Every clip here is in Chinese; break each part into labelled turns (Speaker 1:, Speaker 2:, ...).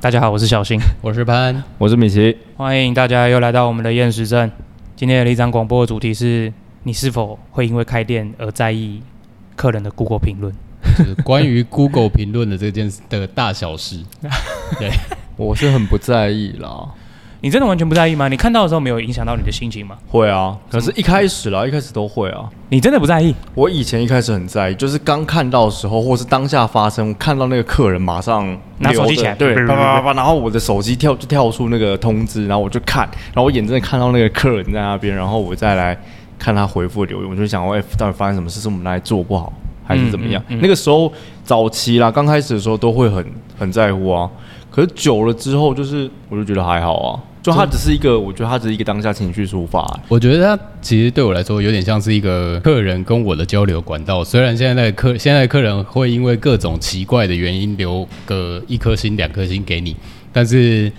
Speaker 1: 大家好，我是小 新，
Speaker 2: 我是潘，
Speaker 3: 我是米奇。
Speaker 1: 欢迎大家又来到我们的厌食症。今天的立场广播的主题是：你是否会因为开店而在意客人的 Google 评论？
Speaker 2: 就是关于 Google 评论的这件事的大小事，
Speaker 3: 我是很不在意啦，
Speaker 1: 你真的完全不在意吗？你看到的时候没有影响到你的心情吗？
Speaker 3: 会啊，可是一开始啦，一开始都会啊。
Speaker 1: 你真的不在意？
Speaker 3: 我以前一开始很在意，就是刚看到的时候，或是当下发生，看到那个客人马上
Speaker 1: 拿手机
Speaker 3: 留着
Speaker 1: 起来
Speaker 3: 对，叭叭叭叭，然后我的手机跳就跳出那个通知，然后我就看，然后我眼睁睁看到那个客人在那边，然后我再来看他回复留言，我就想说，哎、到底发生什么事？是我们来做不好，还是怎么样？
Speaker 1: 嗯嗯嗯
Speaker 3: 那个时候早期啦，刚开始的时候都会很很在乎啊，可是久了之后，就是我就觉得还好啊，就它只是一个，我觉得它只是一个当下情绪抒发、欸
Speaker 2: 我觉得它其实对我来说有点像是一个客人跟我的交流管道。虽然现在的客现在的客人会因为各种奇怪的原因留个一颗星、两颗星给你，但是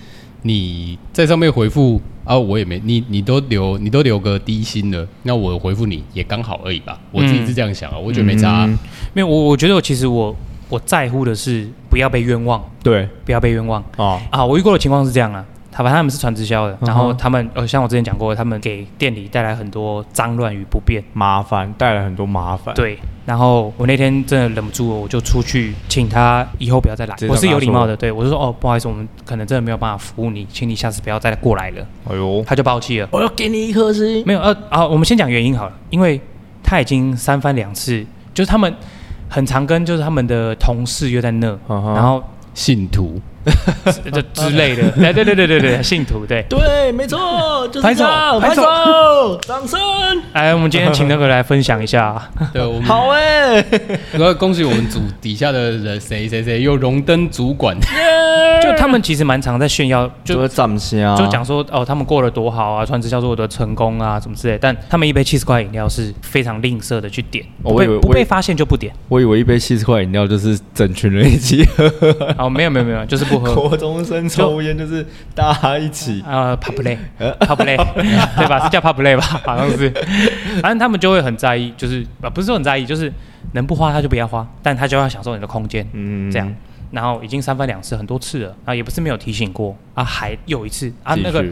Speaker 2: 你在上面回复啊，我也没你你都留你都留个低星了，那我回复你也刚好而已吧。我自己是这样想啊，我觉得没差啊、
Speaker 1: 没有，我我觉得我其实我我在乎的是不要被冤枉，
Speaker 3: 对
Speaker 1: 不要被冤枉
Speaker 3: 啊，
Speaker 1: 啊！我遇过的情况是这样啊。他反正他们是传直销的，然后他们呃，像我之前讲过，他们给店里带来很多脏乱与不便。
Speaker 3: 麻烦带来很多麻烦。
Speaker 1: 对，然后我那天真的忍不住了，我就出去请他以后不要再来
Speaker 3: 直。接
Speaker 1: 我是
Speaker 3: 跟他
Speaker 1: 有礼貌
Speaker 3: 说
Speaker 1: 的，对我就说哦，不好意思，我们可能真的没有办法服务你，请你下次不要再过来了。
Speaker 3: 哎呦，
Speaker 1: 他就爆气了，
Speaker 3: 我要给你一颗星。
Speaker 1: 没有呃啊，我们先讲原因好了，因为他已经三番两次，就是他们很常跟就是他们的同事约在那，
Speaker 3: 嗯哼
Speaker 1: 然后
Speaker 2: 信徒
Speaker 1: 这之类 的，对对对对对对，信徒对。
Speaker 3: 对，没 错，就
Speaker 1: 拍手拍手
Speaker 3: 手，嗯掌声。
Speaker 1: 哎，我们今天请那个来分享一下啊，
Speaker 2: 对我们
Speaker 3: 好哎、
Speaker 1: 欸
Speaker 2: 然后恭喜我们组底下的人谁谁谁又荣登主管，
Speaker 1: 就他们其实蛮常在炫耀，就
Speaker 3: 就是掌心啊，
Speaker 1: 就讲说哦，他们过得多好啊，传直销做的成功啊，什么之类。但他们一杯七十块饮料是非常吝啬的去点，
Speaker 3: 哦
Speaker 1: 不
Speaker 3: 我以
Speaker 1: 被
Speaker 3: 为我以
Speaker 1: 不被发现就不点。
Speaker 3: 我以为一杯七十块饮料就是整群人一起喝，
Speaker 1: 哦，没有没有没有，就是不喝。
Speaker 3: 国中生抽烟就是大家一起。
Speaker 1: 呃，pub play，pub play，对吧？是叫 pub play 吧？好像是。反正他们就会很在意，就是呃，不是说很在意，就是能不花他就不要花，但他就要享受你的空间，
Speaker 3: 嗯
Speaker 1: 这样。然后已经三番两次，很多次了，啊，也不是没有提醒过啊，还有一次啊，
Speaker 3: 继续
Speaker 1: 那个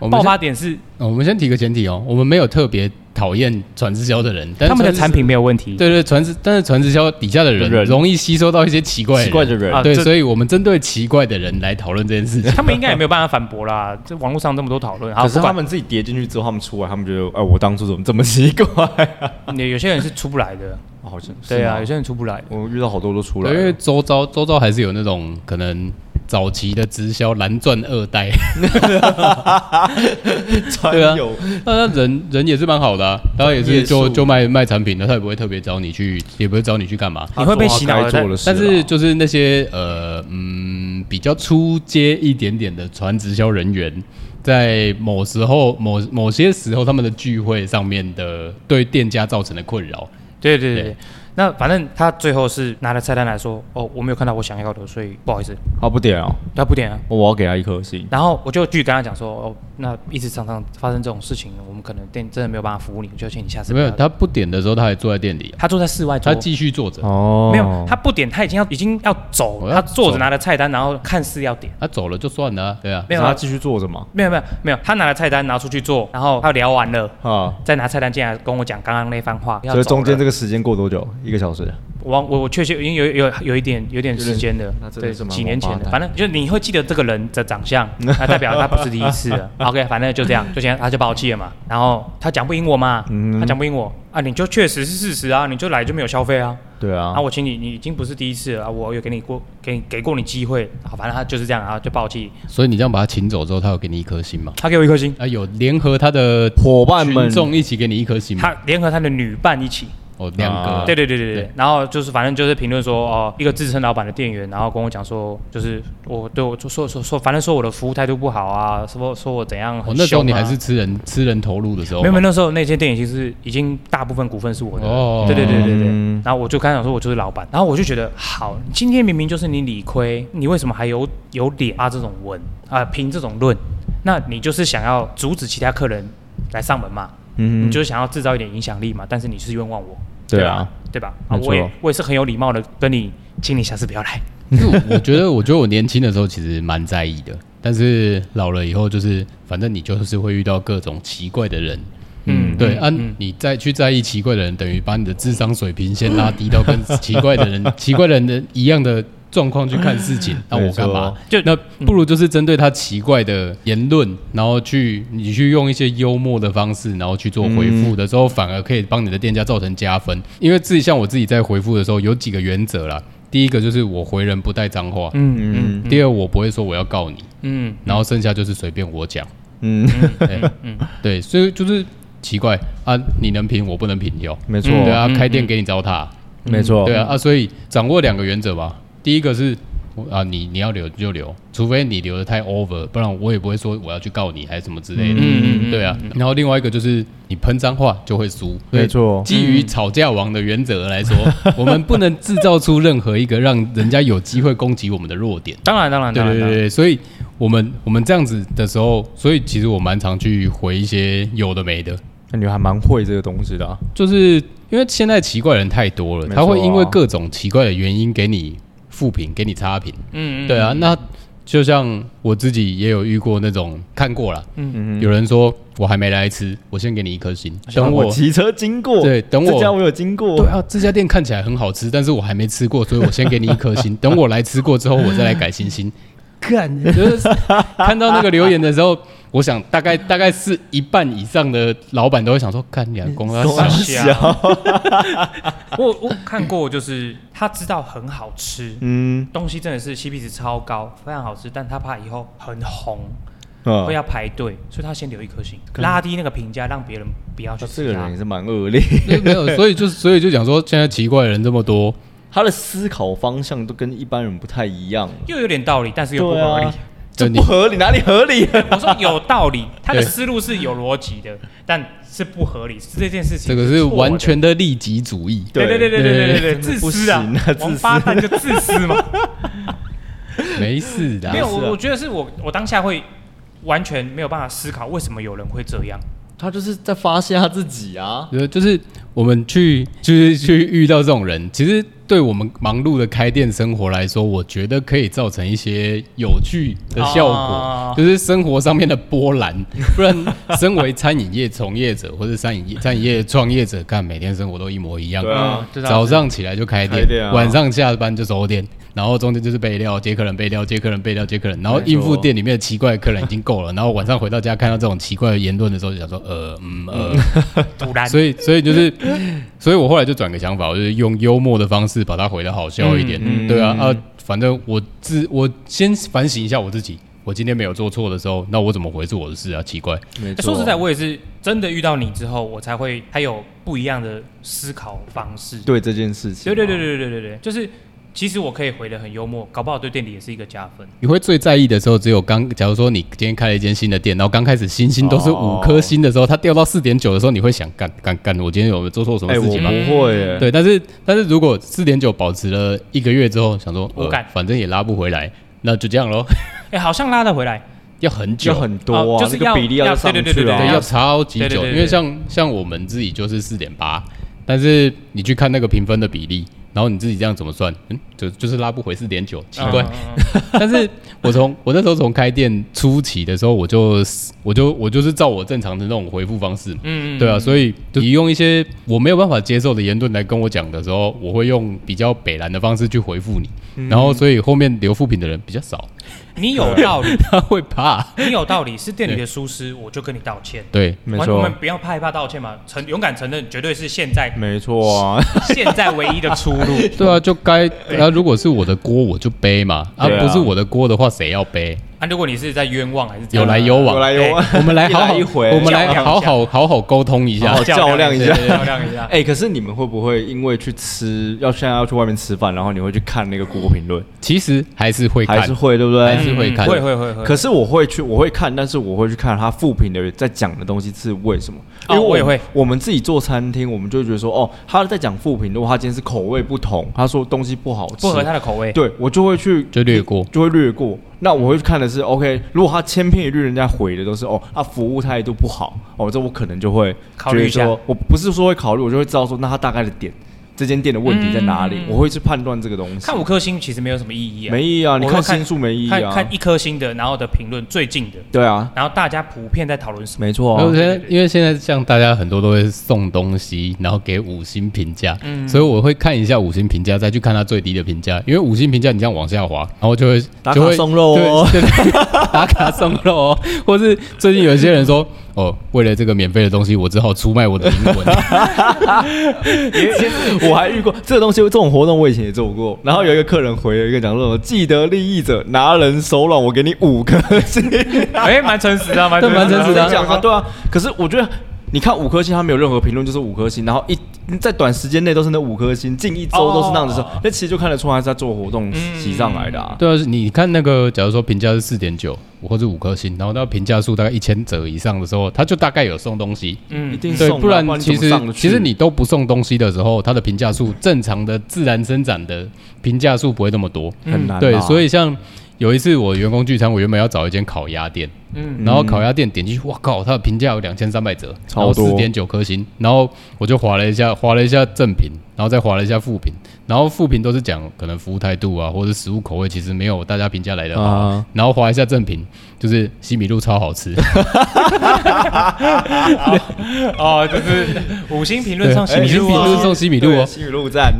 Speaker 2: 我们
Speaker 1: 爆
Speaker 2: 先
Speaker 1: 发点是
Speaker 2: 哦我们先提个前提哦，我们没有特别讨厌传直销的人，但
Speaker 1: 他
Speaker 2: 是
Speaker 1: 们的
Speaker 2: 传直
Speaker 1: 产品没有问题，
Speaker 2: 对对传直，但是传直销底下的人
Speaker 3: 人
Speaker 2: 容易吸收到一些奇怪
Speaker 3: 奇怪的人
Speaker 1: 啊
Speaker 2: 对，
Speaker 1: 这
Speaker 2: 所以我们针对奇怪的人来讨论这件事 情。
Speaker 1: 他们应该也没有办法反驳啦。 这网络上这么多讨论，好，
Speaker 3: 可
Speaker 1: 啊
Speaker 3: 是
Speaker 1: 不
Speaker 3: 他
Speaker 1: 管
Speaker 3: 们自己跌进去之后，他们出来，他们觉得，哎，我当初怎么这么奇怪、 啊？
Speaker 1: 有有些人是出不来 的，
Speaker 3: 好像是
Speaker 1: 对啊，
Speaker 3: 吗
Speaker 1: 有些人出不来的。
Speaker 3: 我遇到好多都出来
Speaker 2: 对，因
Speaker 3: 了
Speaker 2: 为，周遭周遭还是有那种可能早期的直销蓝钻二代，
Speaker 3: 穿
Speaker 2: 对啊
Speaker 3: 有
Speaker 2: 那那人人也是蛮好的、啊，然后也是
Speaker 3: 哎业
Speaker 2: 就
Speaker 3: 术
Speaker 2: 就卖卖产品的，他也不会特别找你去，也不会找你去干嘛。
Speaker 1: 你会被洗脑的
Speaker 3: 他做他该做的事啊
Speaker 2: 但
Speaker 3: 啦，
Speaker 2: 是就是那些呃嗯比较出街一点点的传直销人员，在某时候某某些时候他们的聚会上面的对店家造成的困扰，
Speaker 1: 对对对
Speaker 2: 对
Speaker 1: 对。那反正他最后是拿了菜单来说，哦，我没有看到我想要的，所以不好意思，
Speaker 3: 他不点啊，
Speaker 1: 他不点啊。
Speaker 3: 我要给他一颗星。
Speaker 1: 然后我就继续跟他讲说，哦，那一直常常发生这种事情，我们可能店真的没有办法服务你，就请你下次
Speaker 2: 没
Speaker 1: 不
Speaker 2: 有
Speaker 1: 要
Speaker 2: 他不点的时候他还坐在店里啊、
Speaker 1: 他坐在室外桌
Speaker 2: 他，继续坐着，
Speaker 3: 哦
Speaker 1: 没有他不点，他已经要已经要走，
Speaker 2: 我
Speaker 1: 了，
Speaker 2: 要
Speaker 1: 他坐着
Speaker 2: 走
Speaker 1: 拿了菜单，然后看似要点，
Speaker 2: 他走了就算了啊、对啊，
Speaker 1: 没有
Speaker 3: 他
Speaker 1: 啊
Speaker 3: 继续坐着嘛。
Speaker 1: 没有没有没有，他拿了菜单拿出去做，然后他聊完了。
Speaker 3: 啊，
Speaker 1: 再拿菜单进来跟我讲刚刚那番话，要
Speaker 3: 所以中间
Speaker 1: 走
Speaker 3: 这
Speaker 1: 了
Speaker 3: 个时间过多久？一个小时。
Speaker 1: 我我我确切因为有有有一点有点时间的
Speaker 3: 那，真的
Speaker 1: 对
Speaker 3: 是，蛮
Speaker 1: 几年前
Speaker 3: 王八
Speaker 1: 的，反
Speaker 3: 蛋
Speaker 1: 正就是你会记得这个人的长 相，那代表他不是第一次了。OK，反正就这样，就先他啊就把我气了嘛，然后他讲不赢我嘛，
Speaker 3: 嗯
Speaker 1: 他讲不赢我啊，你就确实是事实啊，你就来就没有消费啊。
Speaker 3: 对啊，
Speaker 1: 啊，我请你，你已经不是第一次了啊！我有给你过，给你给过你机会，啊，反正他就是这样啊，就暴气，
Speaker 2: 所以你这样把他请走之后，他有给你一颗星吗？
Speaker 1: 他给我一颗星，
Speaker 2: 啊，有联合他的
Speaker 3: 伙伴们
Speaker 2: 群众一起给你一颗星吗？
Speaker 1: 他联合他的女伴一起，
Speaker 2: 哦，两个、
Speaker 3: 啊
Speaker 1: 对对对对对
Speaker 2: 对，
Speaker 1: 然后就是反正就是评论说哦，一个自称老板的店员，然后跟我讲说，就是我对我就说说说，反正说我的服务态度不好啊，说说我怎样
Speaker 2: 哦
Speaker 1: 很、，
Speaker 2: 那时
Speaker 1: 凶
Speaker 2: 候
Speaker 1: 啊
Speaker 2: 你还是吃人吃人头路的时候
Speaker 1: 没
Speaker 2: 吗，
Speaker 1: 有没有，那时候那间店已经是已经大部分股份是我的了，
Speaker 2: 哦
Speaker 1: 对对对对对。
Speaker 3: 嗯
Speaker 1: 然后我就刚想说，我就是老板，然后我就觉得好，今天明明就是你理亏，你为什么还有有脸发这种文啊、评这种论？那你就是想要阻止其他客人来上门嘛？
Speaker 3: 嗯
Speaker 1: 你就是想要制造一点影响力嘛？但是你是冤枉我，
Speaker 3: 对
Speaker 1: 吧
Speaker 3: 啊，
Speaker 1: 对吧？啊，
Speaker 3: 没错
Speaker 1: 我也我也是很有礼貌的跟你，请你下次不要来。
Speaker 2: 因为我我觉得，我觉得我年轻的时候其实蛮在意的，但是老了以后，就是反正你就是会遇到各种奇怪的人，
Speaker 3: 嗯
Speaker 2: 对啊，你再去在意奇怪的人，等于把你的智商水平先拉低到跟奇怪的 人、奇怪的人的一样的状况去看事情。那我干嘛？
Speaker 1: 就嗯
Speaker 2: 那不如就是针对他奇怪的言论，然后去你去用一些幽默的方式，然后去做回复的时候，反而可以帮你的店家造成加
Speaker 1: 嗯
Speaker 2: 分。因为自己像我自己在回复的时候，有几个原则啦。第一个就是我回人不带脏话，
Speaker 1: 嗯嗯
Speaker 2: 第二我不会说我要告你，
Speaker 1: 嗯，
Speaker 2: 然后剩下就是随便我讲。
Speaker 3: 嗯，
Speaker 2: 对，对，所以就是奇怪啊，你能评我不能评哟，
Speaker 3: 没错，
Speaker 2: 对啊，
Speaker 1: 嗯
Speaker 2: 开店给你糟蹋，
Speaker 3: 没
Speaker 1: 哦
Speaker 3: 错，
Speaker 2: 对啊，啊，所以掌握两个原则吧。第一个是我啊，你你要留就留，除非你留的太 over，不然我也不会说我要去告你还是什么之类的。
Speaker 1: 嗯嗯
Speaker 2: 对啊。然后另外一个就是你喷脏话就会输，
Speaker 3: 没错
Speaker 2: 基于吵架王的原 则来说，我们不能制造出任何一个让人家有机会攻击我们的弱点。
Speaker 1: 当然当然
Speaker 2: 对
Speaker 1: 当然，
Speaker 2: 对对，对，所以我们我们这样子的时候，所以其实我蛮常去回一些有的没的，
Speaker 3: 那你还蛮会这个东西的啊，
Speaker 2: 就是因为现在奇怪的人太多了，
Speaker 3: 没错
Speaker 2: 他
Speaker 3: 啊
Speaker 2: 会因为各种奇怪的原因给你负评，给你差评。
Speaker 1: 嗯嗯，
Speaker 2: 对啊，那就像我自己也有遇过那种看过了，
Speaker 3: 嗯啊
Speaker 2: 有人说我还没来吃，我先给你一颗星，等
Speaker 3: 我
Speaker 2: 我。
Speaker 3: 骑车经过，
Speaker 2: 对等我
Speaker 3: 这家我有经过，
Speaker 2: 对啊，这家店看起来很好吃，但是我还没吃过，所以 我先给你一颗星。等我来吃过之后，我再来改星星。干，就是看到那个留言的时候，我想大概大概是一半以上的老板都会想说，干两公他
Speaker 1: 三
Speaker 2: 小
Speaker 1: 小， 我我看过，就是他知道很好吃，
Speaker 3: 嗯
Speaker 1: 东西真的是 CP 值超高，非常好吃，但他怕以后很红，
Speaker 3: 嗯
Speaker 1: 会要排队，所以他先留一颗星，拉低那个评价，让别人不要去
Speaker 3: 那
Speaker 1: 吃
Speaker 3: 这个
Speaker 1: 它
Speaker 3: 人也是蛮恶劣，
Speaker 2: 对没有，所以就所以就讲说，现在奇怪的人这么多，
Speaker 3: 他的思考方向都跟一般人不太一样，
Speaker 1: 又有点道理，但是又不合理。
Speaker 3: 对啊
Speaker 2: 对
Speaker 3: 这
Speaker 2: 你
Speaker 3: 不合理，哪里合理？
Speaker 1: 我说有道 理，他的
Speaker 2: 对
Speaker 1: 思路是有逻辑的，但是不合理。这件事情
Speaker 2: 这个是
Speaker 1: 错的
Speaker 3: 欸
Speaker 2: 完全的利己主义。
Speaker 1: 对对对对对对对，自私啊
Speaker 3: 真的不行啊，
Speaker 1: 王
Speaker 3: 自私
Speaker 1: 八蛋就自私嘛。
Speaker 2: 没事的啊
Speaker 1: 没，有，
Speaker 3: 是啊
Speaker 1: 我我觉得是我我当下会完全没有办法思考为什么有人会这样。
Speaker 3: 他就是在发泄他自己啊，
Speaker 2: 呃，就是我们去，就是去遇到这种人，其实对我们忙碌的开店生活来说，我觉得可以造成一些有趣的效果，
Speaker 1: 哦
Speaker 2: 就是生活上面的波澜。 不然，身为餐饮业从业者或者餐饮业餐饮业创业者，看每天生活都一模一样，
Speaker 3: 对啊
Speaker 1: 嗯，知道
Speaker 2: 早上起来就开店，
Speaker 3: 开店啊
Speaker 2: 晚上下班就收店，然后中间就是备料、接客人、备料、接客人、备料、接客人，然后
Speaker 3: 没错
Speaker 2: 应付店里面的奇怪的客人已经够了，然后晚上回到家看到这种奇怪的言论的时候，就想说，呃，嗯，呃，
Speaker 1: 突然，
Speaker 2: 所以，所以就是，所以我后来就转个想法，我就是用幽默的方式把它回的好笑一点。
Speaker 3: 嗯嗯
Speaker 2: 对啊，啊，反正我自我先反省一下我自己，我今天没有做错的时候，那我怎么回是我的事啊？奇怪，
Speaker 3: 没
Speaker 1: 说实在，，我也是真的遇到你之后，我才会还有不一样的思考方式。
Speaker 3: 对这件事情，啊
Speaker 1: 对对对，对对对对，就是其实我可以回的很幽默，搞不好对店里也是一个加分。
Speaker 2: 你会最在意的时候，只有刚，假如说你今天开了一间新的店，然后刚开始星星都是五
Speaker 3: 哦
Speaker 2: 颗星的时候，它掉到四点九的时候，你会想干干干，我今天有没有做错什么
Speaker 3: 哎，
Speaker 2: 事
Speaker 3: 我
Speaker 2: 情吗？
Speaker 3: 不会耶，
Speaker 2: 对，但是但是如果四点九保持了一个月之后，想说
Speaker 1: 无
Speaker 2: 我
Speaker 1: 感
Speaker 2: 反正也拉不回来，那就这样咯，
Speaker 1: 哎，好像拉得回来。
Speaker 2: 要很久
Speaker 3: 就很多
Speaker 1: 哦
Speaker 3: 啊，
Speaker 1: 就是
Speaker 3: 这个
Speaker 1: 要
Speaker 3: 比例
Speaker 1: 要
Speaker 3: 上去
Speaker 1: 对对对对
Speaker 2: 对，
Speaker 1: 对
Speaker 3: 啊
Speaker 2: 要超级
Speaker 1: 哦对对
Speaker 2: 久，
Speaker 1: 对
Speaker 2: 因
Speaker 1: 对
Speaker 2: 为像像我们自己就是四点八，但是你去看那个评分的比例，然后你自己这样怎么算？嗯，就就是拉不回四点九，奇怪。
Speaker 1: 嗯，嗯嗯
Speaker 2: 但是我从我那时候从开店初期的时候，我就我就我就是照我正常的那种回复方式嘛。
Speaker 1: 嗯，嗯
Speaker 2: 对啊，，所以就你用一些我没有办法接受的言论来跟我讲的时候，我会用比较北蓝的方式去回复你，
Speaker 1: 嗯
Speaker 2: 然后所以后面留复评的人比 较少，
Speaker 1: 你有道 理，
Speaker 2: 他会怕。
Speaker 1: 你有道理，是店里的疏失，我就跟你道歉。
Speaker 2: 对，
Speaker 3: 没
Speaker 1: 我我
Speaker 3: 错
Speaker 1: 们，不要害怕道歉嘛，承勇敢承认，绝对是现在
Speaker 3: 没错啊，
Speaker 1: 现在唯一的出路。
Speaker 2: 对啊，就该啊，如果是我的锅我就背嘛，啊，
Speaker 3: 对啊
Speaker 2: 不是我的锅的话谁要背？
Speaker 1: 啊，如果你是在冤枉还是怎
Speaker 2: 有
Speaker 1: 样
Speaker 2: 来有往，
Speaker 3: 啊 有来有往
Speaker 2: 对 我们来好好
Speaker 3: 一来一回
Speaker 2: 我们来
Speaker 1: 较量一下
Speaker 2: 好好好好沟通一 下
Speaker 3: 好。哦较量一下
Speaker 1: 对对对较量一下。
Speaker 3: 哎，可是你们会不会因为去吃，要现在要去外面吃饭，然后你会去看那个锅评论，
Speaker 2: 其实还是会
Speaker 3: 还
Speaker 2: 看
Speaker 3: 是，哎会嗯对不对？
Speaker 2: 还是会看
Speaker 1: 会会会会。
Speaker 3: 可是我会去，我会看，但是我会去看他副评的在讲的东西是为什么？
Speaker 1: 哦
Speaker 3: 因为
Speaker 1: 我也会，
Speaker 3: 我们自己做餐厅，我们就会觉得说，哦，他在讲副评，如果他今天是口味不同，他说东西不好吃，
Speaker 1: 不合他的口味。
Speaker 3: 对我就会去
Speaker 2: 就略过。
Speaker 3: 就会略过。那我会去看的是，OK，如果他千篇一律，人家回的都是哦，他服务态度不好，哦，这我可能就会
Speaker 1: 考虑一下
Speaker 3: 觉得说我不是说会考虑，我就会知道说，那他大概的点这间店的问题在哪里，我会去判断这个东西。
Speaker 1: 嗯看五颗星其实没有什么意义啊，
Speaker 3: 没意义啊，你
Speaker 1: 我
Speaker 3: 看
Speaker 1: 会
Speaker 3: 星数没意义
Speaker 1: 看
Speaker 3: 啊
Speaker 1: 看，一颗星的，然后的评论最近的，
Speaker 3: 对啊，
Speaker 1: 然后大家普遍在讨论什 么？
Speaker 3: 没错
Speaker 2: 而
Speaker 3: 啊，
Speaker 2: 且因为现在像大家很多都会送东西，然后给五星评价，
Speaker 3: 嗯
Speaker 2: 所以我会看一下五星评价，再去看它最低的评价，因为五星评价你这样往下滑，然后就会
Speaker 3: 打
Speaker 2: 就
Speaker 3: 卡
Speaker 2: 会
Speaker 3: 送肉哦，
Speaker 2: 对对 对，打卡送肉哦，或是最近有些人说哦，为了这个免费的东西，我只好出卖我的灵 魂。
Speaker 3: 我还遇过这个东西，这种活动我以前也做过。然后有一个客人回了一个讲说什么“既得利益者拿人手软”，我给你五颗星。
Speaker 1: 哎，蛮诚实的啊，蛮
Speaker 2: 对蛮诚实的啊
Speaker 3: 讲啊，对啊。可是我觉得，你看五颗星，他没有任何评论，就是五颗星。然后一在短时间内都是那五颗星，近一周都是那样子的时候，
Speaker 2: 哦
Speaker 3: 那其实就看得出来是在做活动洗上来的啊。
Speaker 2: 对啊，你看那个，假如说评价是四点九或者五颗星，然后到评价数大概一千折以上的时候，他就大概有送东西。
Speaker 3: 一
Speaker 1: 嗯，
Speaker 3: 定
Speaker 2: 对，
Speaker 3: 送啊，
Speaker 2: 不然
Speaker 3: 你怎
Speaker 2: 其
Speaker 3: 么
Speaker 2: 实
Speaker 3: 上得去
Speaker 2: 其实你都不送东西的时候，它的评价数正常的自然生长的评价数不会那么多。
Speaker 3: 很难啊。
Speaker 2: 嗯对，所以像有一次我员工聚餐，我原本要找一间烤鸭店，
Speaker 1: 嗯
Speaker 2: 嗯，然后烤鸭店点进去，哇靠，它的评价有两千三百折，然
Speaker 3: 超
Speaker 2: 后
Speaker 3: 多
Speaker 2: 四点九颗星，然后我就划了一下，划了一下正评，然后再划了一下负评，然后负评都是讲可能服务态度啊，或者食物口味，其实没有大家评价来的好，
Speaker 3: 啊
Speaker 2: 然后划一下正评，就是西米露超好吃，
Speaker 1: 哦，就是五星评论上西
Speaker 2: 对哎
Speaker 1: 米
Speaker 2: 你是
Speaker 1: 露
Speaker 2: 评论
Speaker 1: 啊，
Speaker 2: 送西米露哦
Speaker 3: 对西米 露站，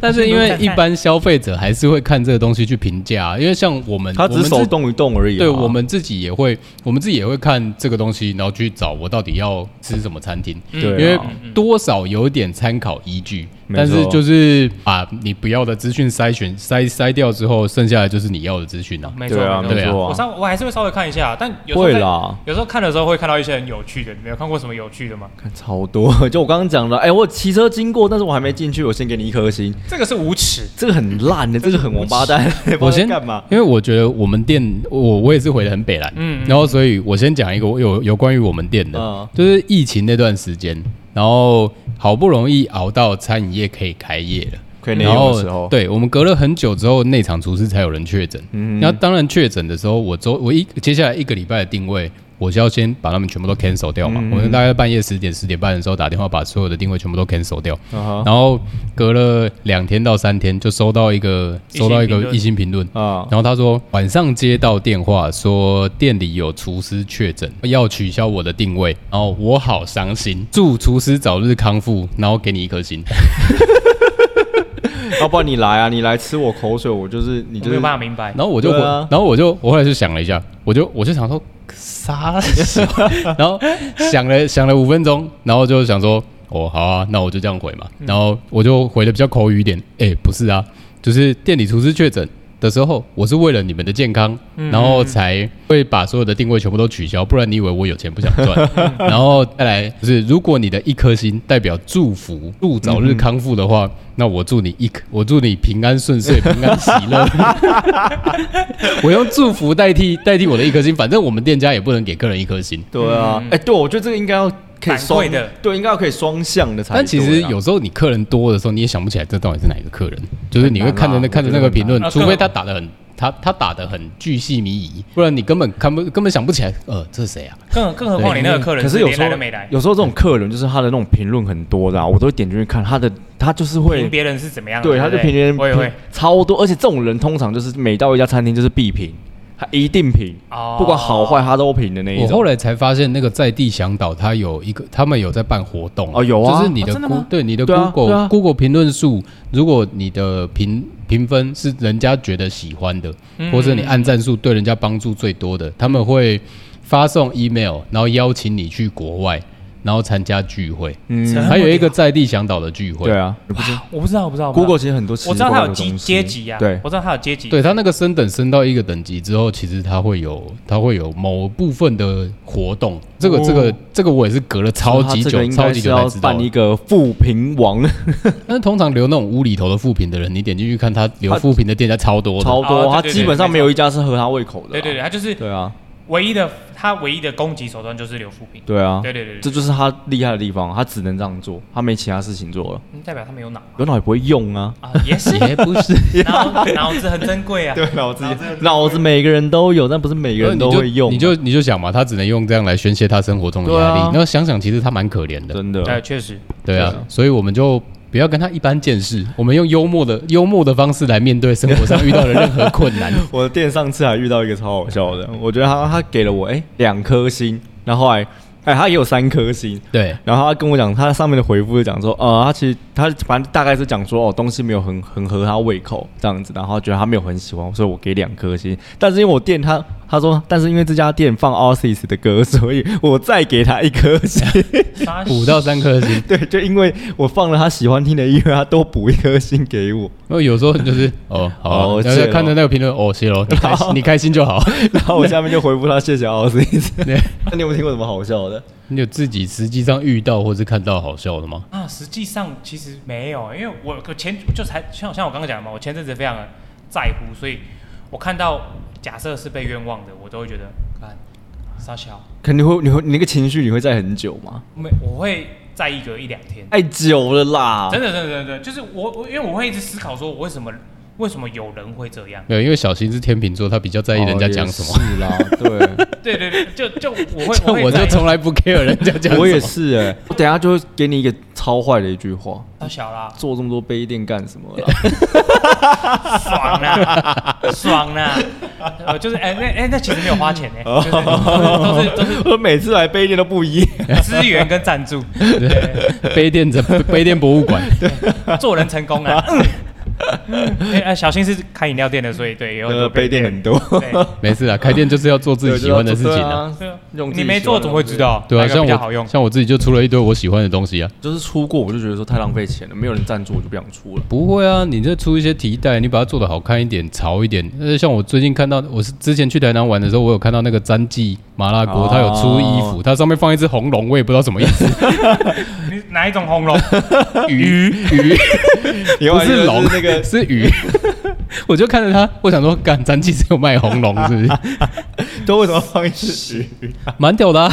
Speaker 2: 但是因为一般消费者还是会看这个东西去评价啊、因为像我们，
Speaker 3: 他只是
Speaker 2: 我
Speaker 3: 手
Speaker 2: 们自
Speaker 3: 动一动而已啊。
Speaker 2: 对我们自己也会，我们自己也会看这个东西，然后去找我到底要吃什么餐厅，
Speaker 3: 对啊，
Speaker 2: 因为多少有点参考依据。
Speaker 3: 没
Speaker 2: 但是
Speaker 3: 错
Speaker 2: 就是把你不要的资讯筛选筛筛掉之后，剩下的就是你要的资讯啊。
Speaker 1: 没错
Speaker 3: 对啊，
Speaker 1: 没错
Speaker 3: 没
Speaker 2: 对啊
Speaker 3: 错
Speaker 1: 我
Speaker 3: 啊，
Speaker 1: 稍我还是会稍微看一下，但有时候
Speaker 3: 会
Speaker 1: 看
Speaker 3: 啦。
Speaker 1: 有时候看的时候会看到一些很有趣的，你没有看过什么有趣的吗？
Speaker 3: 看超多， 就我刚刚讲的，哎、我骑车经过，但是我还没进去，我先给你一颗星，
Speaker 1: 这个是无耻，
Speaker 3: 这个很烂的，这个很王八蛋，不
Speaker 2: 我
Speaker 3: 知道在
Speaker 2: 先
Speaker 3: 干嘛？
Speaker 2: 因为我觉得我们店，我我也是回的很北蓝，
Speaker 1: 嗯
Speaker 2: 嗯，然后所以我先讲一个我有有关于我们店的，
Speaker 3: 嗯
Speaker 2: 就是疫情那段时间，然后好不容易熬到餐饮业可以开业了。
Speaker 3: 亏你
Speaker 2: 然
Speaker 3: 有
Speaker 2: 后
Speaker 3: 的时候，
Speaker 2: 对我们隔了很久之后，内场厨师才有人确诊。
Speaker 3: 嗯
Speaker 2: 那当然确诊的时候，我周我一接下来一个礼拜的定位，我就要先把他们全部都 cancel 掉嘛。
Speaker 3: 嗯
Speaker 2: 我们大概半夜十点十点半的时候打电话把所有的定位全部都 cancel 掉，
Speaker 3: 啊
Speaker 2: 然后隔了两天到三天就收到一个
Speaker 1: 一星
Speaker 2: 收到一
Speaker 1: 评
Speaker 2: 个
Speaker 1: 论
Speaker 2: 一星评论。
Speaker 3: 哈啊，
Speaker 2: 然后他说晚上接到电话说店里有厨师确诊，要取消我的定位，然后我好伤心，祝厨师早日康复，然后给你一颗星。
Speaker 3: 要不然你来啊，你来吃我口水，我就是你
Speaker 1: 我没
Speaker 3: 就是
Speaker 1: 有办法明白。
Speaker 2: 然后我就回，
Speaker 3: 对啊
Speaker 2: 然后我就我后来就想了一下，我就我就想说啥小，然后想了想了五分钟，然后就想说哦好啊，那我就这样回嘛，然后我就回的比较口语一点，哎、不是啊，就是店里厨师确诊。的时候，我是为了你们的健康，然后才会把所有的定位全部都取消，不然你以为我有钱不想赚？然后再来就是，如果你的一颗星代表祝福，祝早日康复的话，那我祝你一颗，我祝你平安顺遂，平安喜乐。 我用祝福代替代替我的一颗星，反正我们店家也不能给客人一颗星。
Speaker 3: 对啊，哎、对，我觉得这个应该要可以
Speaker 1: 嗯反
Speaker 3: 双
Speaker 1: 馈的，
Speaker 3: 对，应该要可以双向的才对啊。
Speaker 2: 但其实有时候你客人多的时候，你也想不起来这到底是哪一个客人，就是你会看着
Speaker 3: 很难
Speaker 2: 那
Speaker 3: 啊
Speaker 2: 看着那个评论
Speaker 1: 我觉得很难，
Speaker 2: 除非他打的很他他打的很巨细靡遗，不然你根本看不根本想不起来，呃，这是谁啊？
Speaker 1: 更更何况你那个客人
Speaker 3: 可是有
Speaker 1: 连
Speaker 3: 时
Speaker 1: 来
Speaker 3: 候
Speaker 1: 都没来，
Speaker 3: 有时候这种客人就是他的那种评论很多的、啊，我都会点进去看他的，他就是会
Speaker 1: 评别人是怎么样的？
Speaker 3: 对，他
Speaker 1: 不
Speaker 3: 就平均
Speaker 1: 我也会。
Speaker 3: 超多，而且这种人通常就是每到一家餐厅就是必评，他一定评，
Speaker 1: 哦
Speaker 3: 不管好坏他都评的那一
Speaker 2: 我
Speaker 3: 种
Speaker 2: 后。来才发现，那个在地向导他有一个，他们有在办活动
Speaker 3: 哦有啊
Speaker 2: 就是你的
Speaker 1: 哦真的
Speaker 2: Go-
Speaker 1: 吗
Speaker 2: 对你的
Speaker 3: 对啊
Speaker 2: Google、
Speaker 3: 对啊
Speaker 2: Google 评论数，如果你的评评分是人家觉得喜欢的，
Speaker 1: 嗯
Speaker 2: 或者你
Speaker 3: 啊
Speaker 2: 按赞数对人家帮助最多的，他们会发送 email，然后邀请你去国外，然后参加聚会，
Speaker 1: 这
Speaker 3: 嗯，
Speaker 1: 么
Speaker 2: 还有一个在地向导的聚会。
Speaker 3: 对啊，你不是
Speaker 1: 我不知道，我不知道我不知道
Speaker 3: Google 其实很多奇
Speaker 1: 我
Speaker 3: 奇
Speaker 1: 知
Speaker 3: 怪
Speaker 1: 道
Speaker 3: 怪
Speaker 1: 他
Speaker 3: 的
Speaker 1: 有
Speaker 3: 东西，
Speaker 1: 级阶级啊呀，
Speaker 3: 对
Speaker 1: 我知道他有阶级，
Speaker 2: 对他那个升等升到一个等级之后，其实他会有他会有某部分的活动，这个、
Speaker 1: 哦
Speaker 2: 这个这个我也是隔了超级久
Speaker 3: 所以它这个应
Speaker 2: 超
Speaker 3: 该
Speaker 2: 级
Speaker 3: 是
Speaker 2: 久才
Speaker 3: 要
Speaker 2: 知道
Speaker 3: 办
Speaker 2: 的
Speaker 3: 一。个复评王，
Speaker 2: 但是通常留那种无厘头的副评的人，你点进去看他留副评的店家超多的，
Speaker 3: 超
Speaker 1: 哦
Speaker 3: 多，他
Speaker 1: 对对对
Speaker 3: 基本上没有一家是合他胃口的啊。
Speaker 1: 对对对，他就是
Speaker 3: 对啊，
Speaker 1: 唯一的，他唯一的攻击手段就是刘富平。
Speaker 3: 对啊，
Speaker 1: 对对对
Speaker 3: 这
Speaker 1: 对，
Speaker 3: 就是他厉害的地方，他只能这样做，他没其他事情做了，
Speaker 1: 嗯代表他没有脑
Speaker 3: 有脑也不会用啊。
Speaker 1: 啊，也是，
Speaker 2: 也不是，
Speaker 1: 脑脑子很珍贵啊。
Speaker 3: 对，脑子 脑子每个人都有，但不是每个人都会用啊，
Speaker 2: 你就你就想嘛，他只能用这样来宣泄他生活中的压
Speaker 3: 对
Speaker 2: 力
Speaker 3: 啊。
Speaker 2: 那想想，其实他蛮可怜的，
Speaker 3: 真的
Speaker 1: 哎 对，确实，
Speaker 2: 对
Speaker 3: 对
Speaker 2: 啊
Speaker 3: 啊。
Speaker 2: 所以我们就不要跟他一般见识，我们用幽默的幽默的方式来面对生活上遇到的任何困 难。
Speaker 3: 我的店上次还遇到一个超好笑的，我觉得他他给了我哎两颗星，然后后来哎他也有三颗星，
Speaker 2: 对，
Speaker 3: 然后他跟我讲他上面的回复就讲说呃他其实他反正大概是讲说哦东西没有很很合他胃口这样子，然后觉得他没有很喜欢，所以我给两颗星，但是因为我店他他说但是因为这家店放 o s i s 的歌，所以我再给他一颗 星，
Speaker 1: 杀
Speaker 2: 补到三颗星。
Speaker 3: 对，就因为我放了他喜欢听的音乐，他都补一颗星给 我。
Speaker 2: 因为有时候就是哦，好、啊
Speaker 3: 哦，
Speaker 2: 然
Speaker 3: 谢
Speaker 2: 后
Speaker 3: 咯
Speaker 2: 看着那个评论，哦，谢喽，你开心你开心就好。
Speaker 3: 然后我下面就回复他谢谢奥斯。
Speaker 2: 对，
Speaker 3: 那你有没有听过什么好笑的？
Speaker 2: 你有自己实际上遇到或是看到好笑的吗？
Speaker 1: 啊，实际上其实没有，欸因为我我前就才像像我刚刚讲的嘛，我前阵子非常的在乎，所以我看到假设是被冤枉的，我都会觉得，看傻小，
Speaker 3: 肯定会，你会你那个情绪你会在很久吗？
Speaker 1: 啊没我会在意个一两天，
Speaker 3: 太久了
Speaker 2: 啊
Speaker 3: 啦
Speaker 1: 真的真的真的，就是我我因为我会一直思考说，我为什么为什么有人会这样？
Speaker 2: 没有，因为小新是天秤座，他比较在意人家讲什么。
Speaker 3: 哦也是啦，
Speaker 1: 对对对，就就我会
Speaker 2: 像
Speaker 1: 会
Speaker 2: 我就
Speaker 1: 在意
Speaker 2: 从来不 care 人家讲什
Speaker 3: 对，
Speaker 2: 么。
Speaker 3: 我也是哎、我等一下就会给你一个超坏的一句话，
Speaker 1: 傻小啦，
Speaker 3: 做这么多杯垫干什么啊啦？
Speaker 1: 爽啦， 爽啦，呃，就是哎、那哎、那其实没有花钱哎、
Speaker 2: 哦
Speaker 1: 就是都是都是
Speaker 3: 我每次来杯垫都不一样。
Speaker 1: 资源跟赞助，
Speaker 2: 杯垫这杯垫博物馆，
Speaker 1: 做人成功 了。嗯哎、哎小新是开饮料店的，所以对也有很多
Speaker 3: 呃，杯垫很多，
Speaker 1: 对
Speaker 2: 没事啦，开店就是要做自己喜欢的事情
Speaker 3: 对
Speaker 2: 啊。
Speaker 1: 对啊
Speaker 3: 用自己
Speaker 1: 你没
Speaker 3: 喜欢
Speaker 1: 做
Speaker 3: 的
Speaker 1: 怎么会知道？
Speaker 2: 对啊，
Speaker 1: 哪个
Speaker 2: 像
Speaker 1: 比较好用
Speaker 2: 我。像我自己就出了一堆我喜欢的东西啊。
Speaker 3: 就是出过我就觉得说太浪费钱了，没有人赞助我就不想 出了。
Speaker 2: 不会啊，你这出一些提袋，你把它做的好看一点、潮一点。呃，像我最近看到，我是之前去台南玩的时候，我有看到那个詹记麻辣锅，
Speaker 3: 哦
Speaker 2: 它有出衣服，它上面放一只红龙，我也不知道什么意 思。
Speaker 1: 你哪一种红龙？
Speaker 2: 鱼 鱼
Speaker 3: 另
Speaker 2: 不
Speaker 3: 外一个
Speaker 2: 是龙，
Speaker 3: 啊那 个
Speaker 2: 是鱼。我就看着它，我想说，干詹记是有卖红龙是不 是？
Speaker 3: 都为什么放一只 鱼？
Speaker 2: 蛮屌的、啊。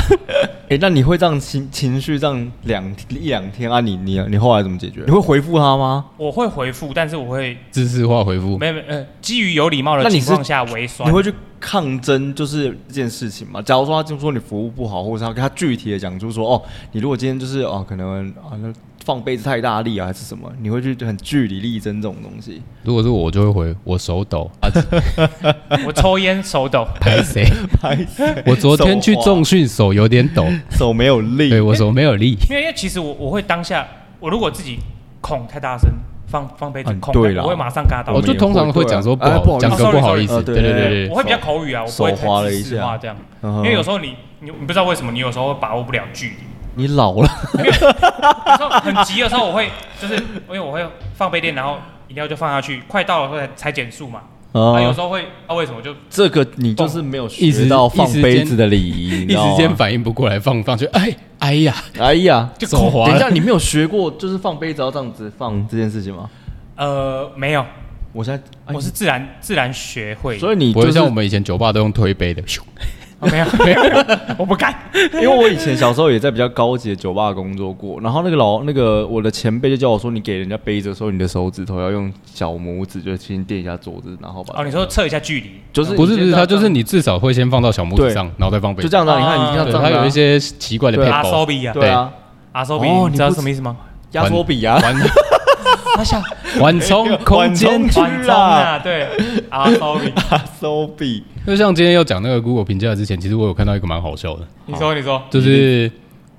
Speaker 3: 哎、那你会这样情情绪这样两一两天啊？你你你后来怎么解决？你会回复他吗？
Speaker 1: 我会回复，但是我会
Speaker 2: 知识化回复，
Speaker 1: 没有没有呃，基于有礼貌
Speaker 3: 那
Speaker 1: 的
Speaker 3: 你
Speaker 1: 情
Speaker 3: 是
Speaker 1: 况下为酸
Speaker 3: 你。会去抗争，就是这件事情吗？假如说他就说你服务不好，或者是他跟他具体的讲出说哦，你如果今天就是哦，可能啊那放杯子太大力啊，还是什么，你会去很据理力争这种东 西。
Speaker 2: 如果是我，我就会回我手抖啊，
Speaker 1: 我抽烟手抖，
Speaker 2: 拍谁？
Speaker 3: 拍手
Speaker 2: 我昨天去重训，手有点抖，
Speaker 3: 手没有力，
Speaker 2: 对我手没有力。
Speaker 1: 没有，因为其实我我会当下，我如果自己恐太大声，放放杯子
Speaker 3: 嗯
Speaker 1: 恐，
Speaker 3: 对啦
Speaker 1: 我会马上嘎到
Speaker 2: 我
Speaker 3: 我们
Speaker 1: 你。
Speaker 2: 就通常会讲说不
Speaker 3: 也会对
Speaker 2: 好，
Speaker 3: 啊
Speaker 2: 讲个
Speaker 1: 哎
Speaker 2: 不
Speaker 1: 不
Speaker 2: 好
Speaker 1: 好
Speaker 2: 意
Speaker 1: 意
Speaker 3: 思
Speaker 2: 思。
Speaker 3: 啊
Speaker 2: 对
Speaker 3: 对
Speaker 2: 对
Speaker 3: 对
Speaker 2: 对
Speaker 3: 对对
Speaker 2: 对，
Speaker 1: 我会比较口语啊，我不会
Speaker 3: 手滑
Speaker 1: 太
Speaker 3: 了
Speaker 1: 知
Speaker 3: 一
Speaker 1: 识
Speaker 3: 下
Speaker 1: 化这样，
Speaker 3: 嗯哼
Speaker 1: 因为有时候你你你不知道为什么，你有时候会把握不了距离。
Speaker 3: 你老了，
Speaker 1: 有时候很急的时候，我会就是因为我会放杯垫，然后饮料就放下去，快到了时候才才减速嘛。
Speaker 3: 哦
Speaker 1: 啊，有时候会啊，为什么就
Speaker 3: 这个你就是没有
Speaker 2: 一时
Speaker 3: 学到放杯子的礼仪，你
Speaker 2: 一
Speaker 3: 知道啊吗
Speaker 2: 时间反应不过来，放放就哎哎呀，
Speaker 3: 哎呀，
Speaker 2: 就手滑
Speaker 3: 等一下，
Speaker 2: 了。
Speaker 3: 你没有学过就是放杯子要这样子放这件事情吗？
Speaker 1: 呃没有，
Speaker 3: 我现在哎
Speaker 1: 我是自然自然学会，
Speaker 3: 所以你
Speaker 2: 不
Speaker 3: 就
Speaker 2: 会
Speaker 3: 是
Speaker 2: 像我们以前酒吧都用推杯的，咻
Speaker 1: 啊 没有没有，我不敢。
Speaker 3: 因为我以前小时候也在比较高级的酒吧工作过，然后那个老那个我的前辈就叫我说，你给人家杯子的时候，你的手指头要用小拇指就先垫一下桌子，然后把、
Speaker 1: 哦，你说测一下距离，
Speaker 3: 就是
Speaker 2: 啊不是不是，它就是
Speaker 3: 你
Speaker 2: 你至少会先放到小拇指上，然后再放杯
Speaker 3: 就
Speaker 2: 子。
Speaker 3: 这样的、啊，你看
Speaker 1: 啊
Speaker 3: 你看
Speaker 2: 对，
Speaker 3: 这样、啊，
Speaker 2: 它有一些奇怪的
Speaker 3: 对
Speaker 2: 配
Speaker 1: 阿
Speaker 2: 包
Speaker 1: 索。比啊，
Speaker 3: 对啊，
Speaker 1: 阿索比，
Speaker 3: 哦
Speaker 1: 你知道
Speaker 3: 你不
Speaker 1: 什么意思吗？
Speaker 3: 压缩比啊，
Speaker 2: 缓
Speaker 1: 他 想
Speaker 2: 缓冲空间
Speaker 3: 缓，冲
Speaker 1: 缓冲啊，对，阿索比，
Speaker 3: 压缩比，
Speaker 2: 就像今天要讲那个 Google 评价之前，其实我有看到一个蛮好笑的，
Speaker 1: 你说你说，
Speaker 2: 就是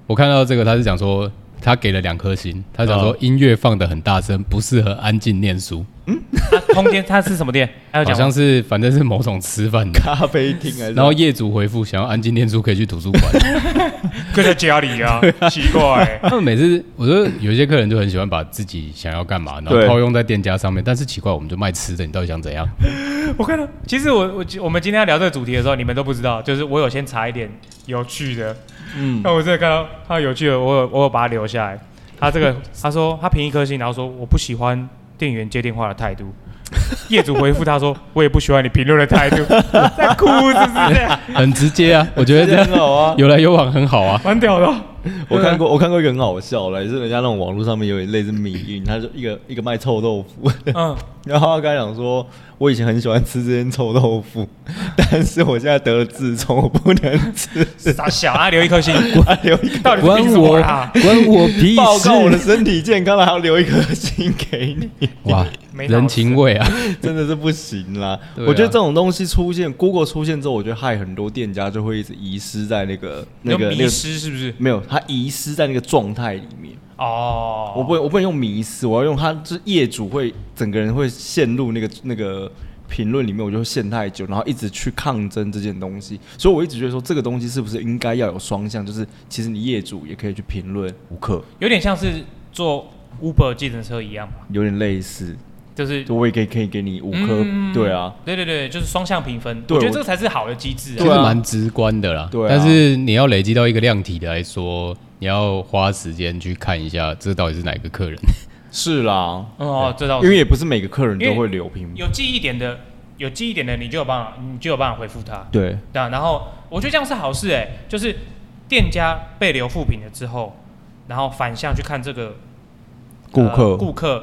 Speaker 2: 我看到这个，他是讲说他给了两颗星，他讲
Speaker 3: 嗯
Speaker 2: 说音乐放的很大声，不适合安静念书，
Speaker 1: 啊空间它是什么店？还有
Speaker 2: 好
Speaker 1: 讲
Speaker 2: 像
Speaker 1: 吗
Speaker 2: 是反正是某种吃饭的。
Speaker 3: 咖啡厅还是
Speaker 2: 然后业主回复想要安静念书可以去图书馆。
Speaker 1: 就在家里 啊，奇怪，
Speaker 2: 他们每次我觉得有一些客人就很喜欢把自己想要干嘛，然后
Speaker 3: 对
Speaker 2: 套用在店家上面，但是奇怪我们就卖吃的，你到底想怎样？
Speaker 1: 我看到，其实我我我们今天要聊这个主题的时候，你们都不知道，就是我有先查一点有趣的，
Speaker 3: 嗯，
Speaker 1: 那我真的看到他有趣的，我有我有把它留下来。他这个他说他评一颗星，然后说我不喜欢店员接电话的态 度。业主回复他说我也不喜欢你评论的态 度，在哭是不是这样？
Speaker 2: 很直接 啊，我觉得这
Speaker 3: 这样
Speaker 2: 样
Speaker 3: 很好啊。
Speaker 2: 有来有往很好 啊。
Speaker 1: 蛮屌的哦，
Speaker 3: 我看过，我看过一个很好笑的，也是人家那种网络上面有点类似迷晕，他就一个一个卖臭豆腐，
Speaker 1: 嗯，
Speaker 3: 然后他刚才讲说，我以前很喜欢吃这间臭豆腐，但是我现在得了痔疮，我不能吃，
Speaker 1: 傻小啊，留一 颗心，
Speaker 3: 还留一个
Speaker 1: 到底是
Speaker 2: 关
Speaker 1: 凭什么啊
Speaker 2: 我
Speaker 1: 啦？
Speaker 2: 关我屁
Speaker 3: 啊报告我的
Speaker 2: 事！
Speaker 3: 身体健康了，还要留一颗心给 你，
Speaker 2: 哇，
Speaker 1: 没脑子
Speaker 2: 人情味啊！
Speaker 3: 真的是不行啦。
Speaker 2: 对啊
Speaker 3: 我觉得这种东西出现，Google 出现之后，我觉得害很多店家就会一直遗失在那个那
Speaker 1: 有
Speaker 3: 个那
Speaker 1: 迷
Speaker 3: 个
Speaker 1: 失是不是？
Speaker 3: 没有，它遗失在那个状态里面。
Speaker 1: 哦，
Speaker 3: 我不能我不能用迷失，我要用他就是业主会整个人会陷入那个那个评论里面，我就会陷太久，然后一直去抗争这件东西。所以我一直觉得说，这个东西是不是应该要有双向？就是其实你业主也可以去评论无可，
Speaker 1: 有点像是坐 Uber 计程车一样吧，
Speaker 3: 有点类似，
Speaker 1: 就是
Speaker 3: 就我也可以可以给你五颗，
Speaker 1: 嗯
Speaker 3: 对啊，
Speaker 1: 对对对，就是双向评分，
Speaker 3: 对
Speaker 1: 我觉得
Speaker 3: 我
Speaker 1: 这个才是好的机制啊
Speaker 2: 就是
Speaker 3: 对。啊
Speaker 2: 蛮直观的啦。
Speaker 3: 对啊
Speaker 2: 但是你要累积到一个量体的来说，你要花时间去看一下这到底是哪个客人。
Speaker 3: 是啦，
Speaker 1: 哦，这倒
Speaker 3: 因
Speaker 1: 是
Speaker 3: 为也不是每个客人
Speaker 1: 因
Speaker 3: 都
Speaker 1: 为
Speaker 3: 会留评，
Speaker 1: 有记忆点的，有记忆点的，你就有办法，你就有办法回复他。
Speaker 3: 对，
Speaker 1: 对啊，然后我觉得这样是好事哎、就是店家被留负评了之后，然后反向去看这个
Speaker 3: 顾
Speaker 1: 呃
Speaker 3: 客，
Speaker 1: 顾客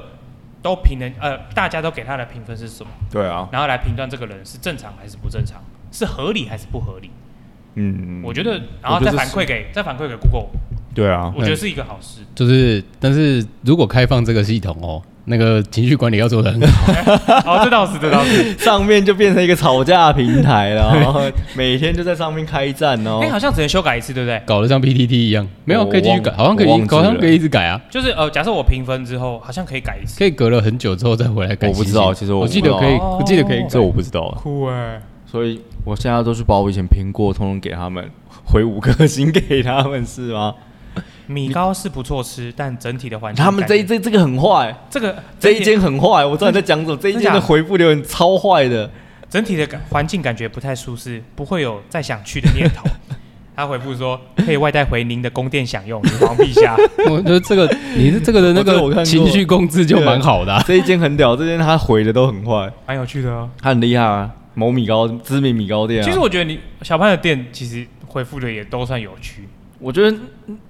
Speaker 1: 都评论，呃，大家都给他的评分是什么，
Speaker 3: 对啊，
Speaker 1: 然后来评断这个人是正常还是不正常，是合理还是不合理。
Speaker 3: 嗯，
Speaker 1: 我觉得，然后
Speaker 3: 我觉
Speaker 1: 再
Speaker 3: 得
Speaker 1: 反
Speaker 3: 是
Speaker 1: 馈给再反馈给 Google，
Speaker 3: 对啊，
Speaker 1: 我觉得是一个好事。
Speaker 2: 就是，但是如果开放这个系统哦，那个情绪管理要做的很好。
Speaker 1: 哦，这倒是，这倒是。
Speaker 3: 上面就变成一个吵架平台 了，然后每天就在上面开战 哦
Speaker 1: 哎，。好像只能修改一次，对不对？
Speaker 2: 搞得像 PTT 一样，没有
Speaker 3: 我
Speaker 2: 可以继续
Speaker 3: 忘
Speaker 2: 改，好像可以，
Speaker 3: 我忘记
Speaker 2: 好像
Speaker 3: 了
Speaker 2: 可以一直改啊，
Speaker 1: 就是呃，假设我评分之后，好像可以改一次。
Speaker 2: 可以隔了很久之后再回来改
Speaker 3: 我
Speaker 2: 星
Speaker 3: 不
Speaker 2: 星。
Speaker 3: 知道其实我
Speaker 2: 我
Speaker 3: 不
Speaker 2: 记
Speaker 3: 知
Speaker 2: 得
Speaker 3: 道
Speaker 2: 可以
Speaker 1: 哦，
Speaker 2: 我记得可以改，
Speaker 3: 这我不知道啊，
Speaker 1: 酷哎，
Speaker 3: 所以我现在都是把我以前评过，通通给他们回五颗星给他们是吗？
Speaker 1: 米糕是不错吃，但整体的环境
Speaker 3: 他们这一
Speaker 1: 感觉
Speaker 3: 这这个很坏，
Speaker 1: 这个
Speaker 3: 这
Speaker 1: 整
Speaker 3: 一
Speaker 1: 体
Speaker 3: 间很坏，我知道你在讲什么，这一
Speaker 1: 真
Speaker 3: 间
Speaker 1: 假
Speaker 3: 的回复留言超坏的，
Speaker 1: 整体的感环境感觉不太舒适，不会有再想去的念头。 他回复说：“可以外带回您的宫殿享用，女皇陛 下。
Speaker 2: 我 觉得这个你是这个的那
Speaker 3: 我这我看
Speaker 2: 个
Speaker 3: 过
Speaker 2: 情绪控制就蛮好的啊、
Speaker 3: 这一间很屌，这间他回的都很坏，”
Speaker 1: 蛮有趣的哦。
Speaker 3: 他很厉害啊，某米糕知名米糕店啊。
Speaker 1: 其实我觉得你小潘的店其实回复的也都算有趣，
Speaker 3: 我觉得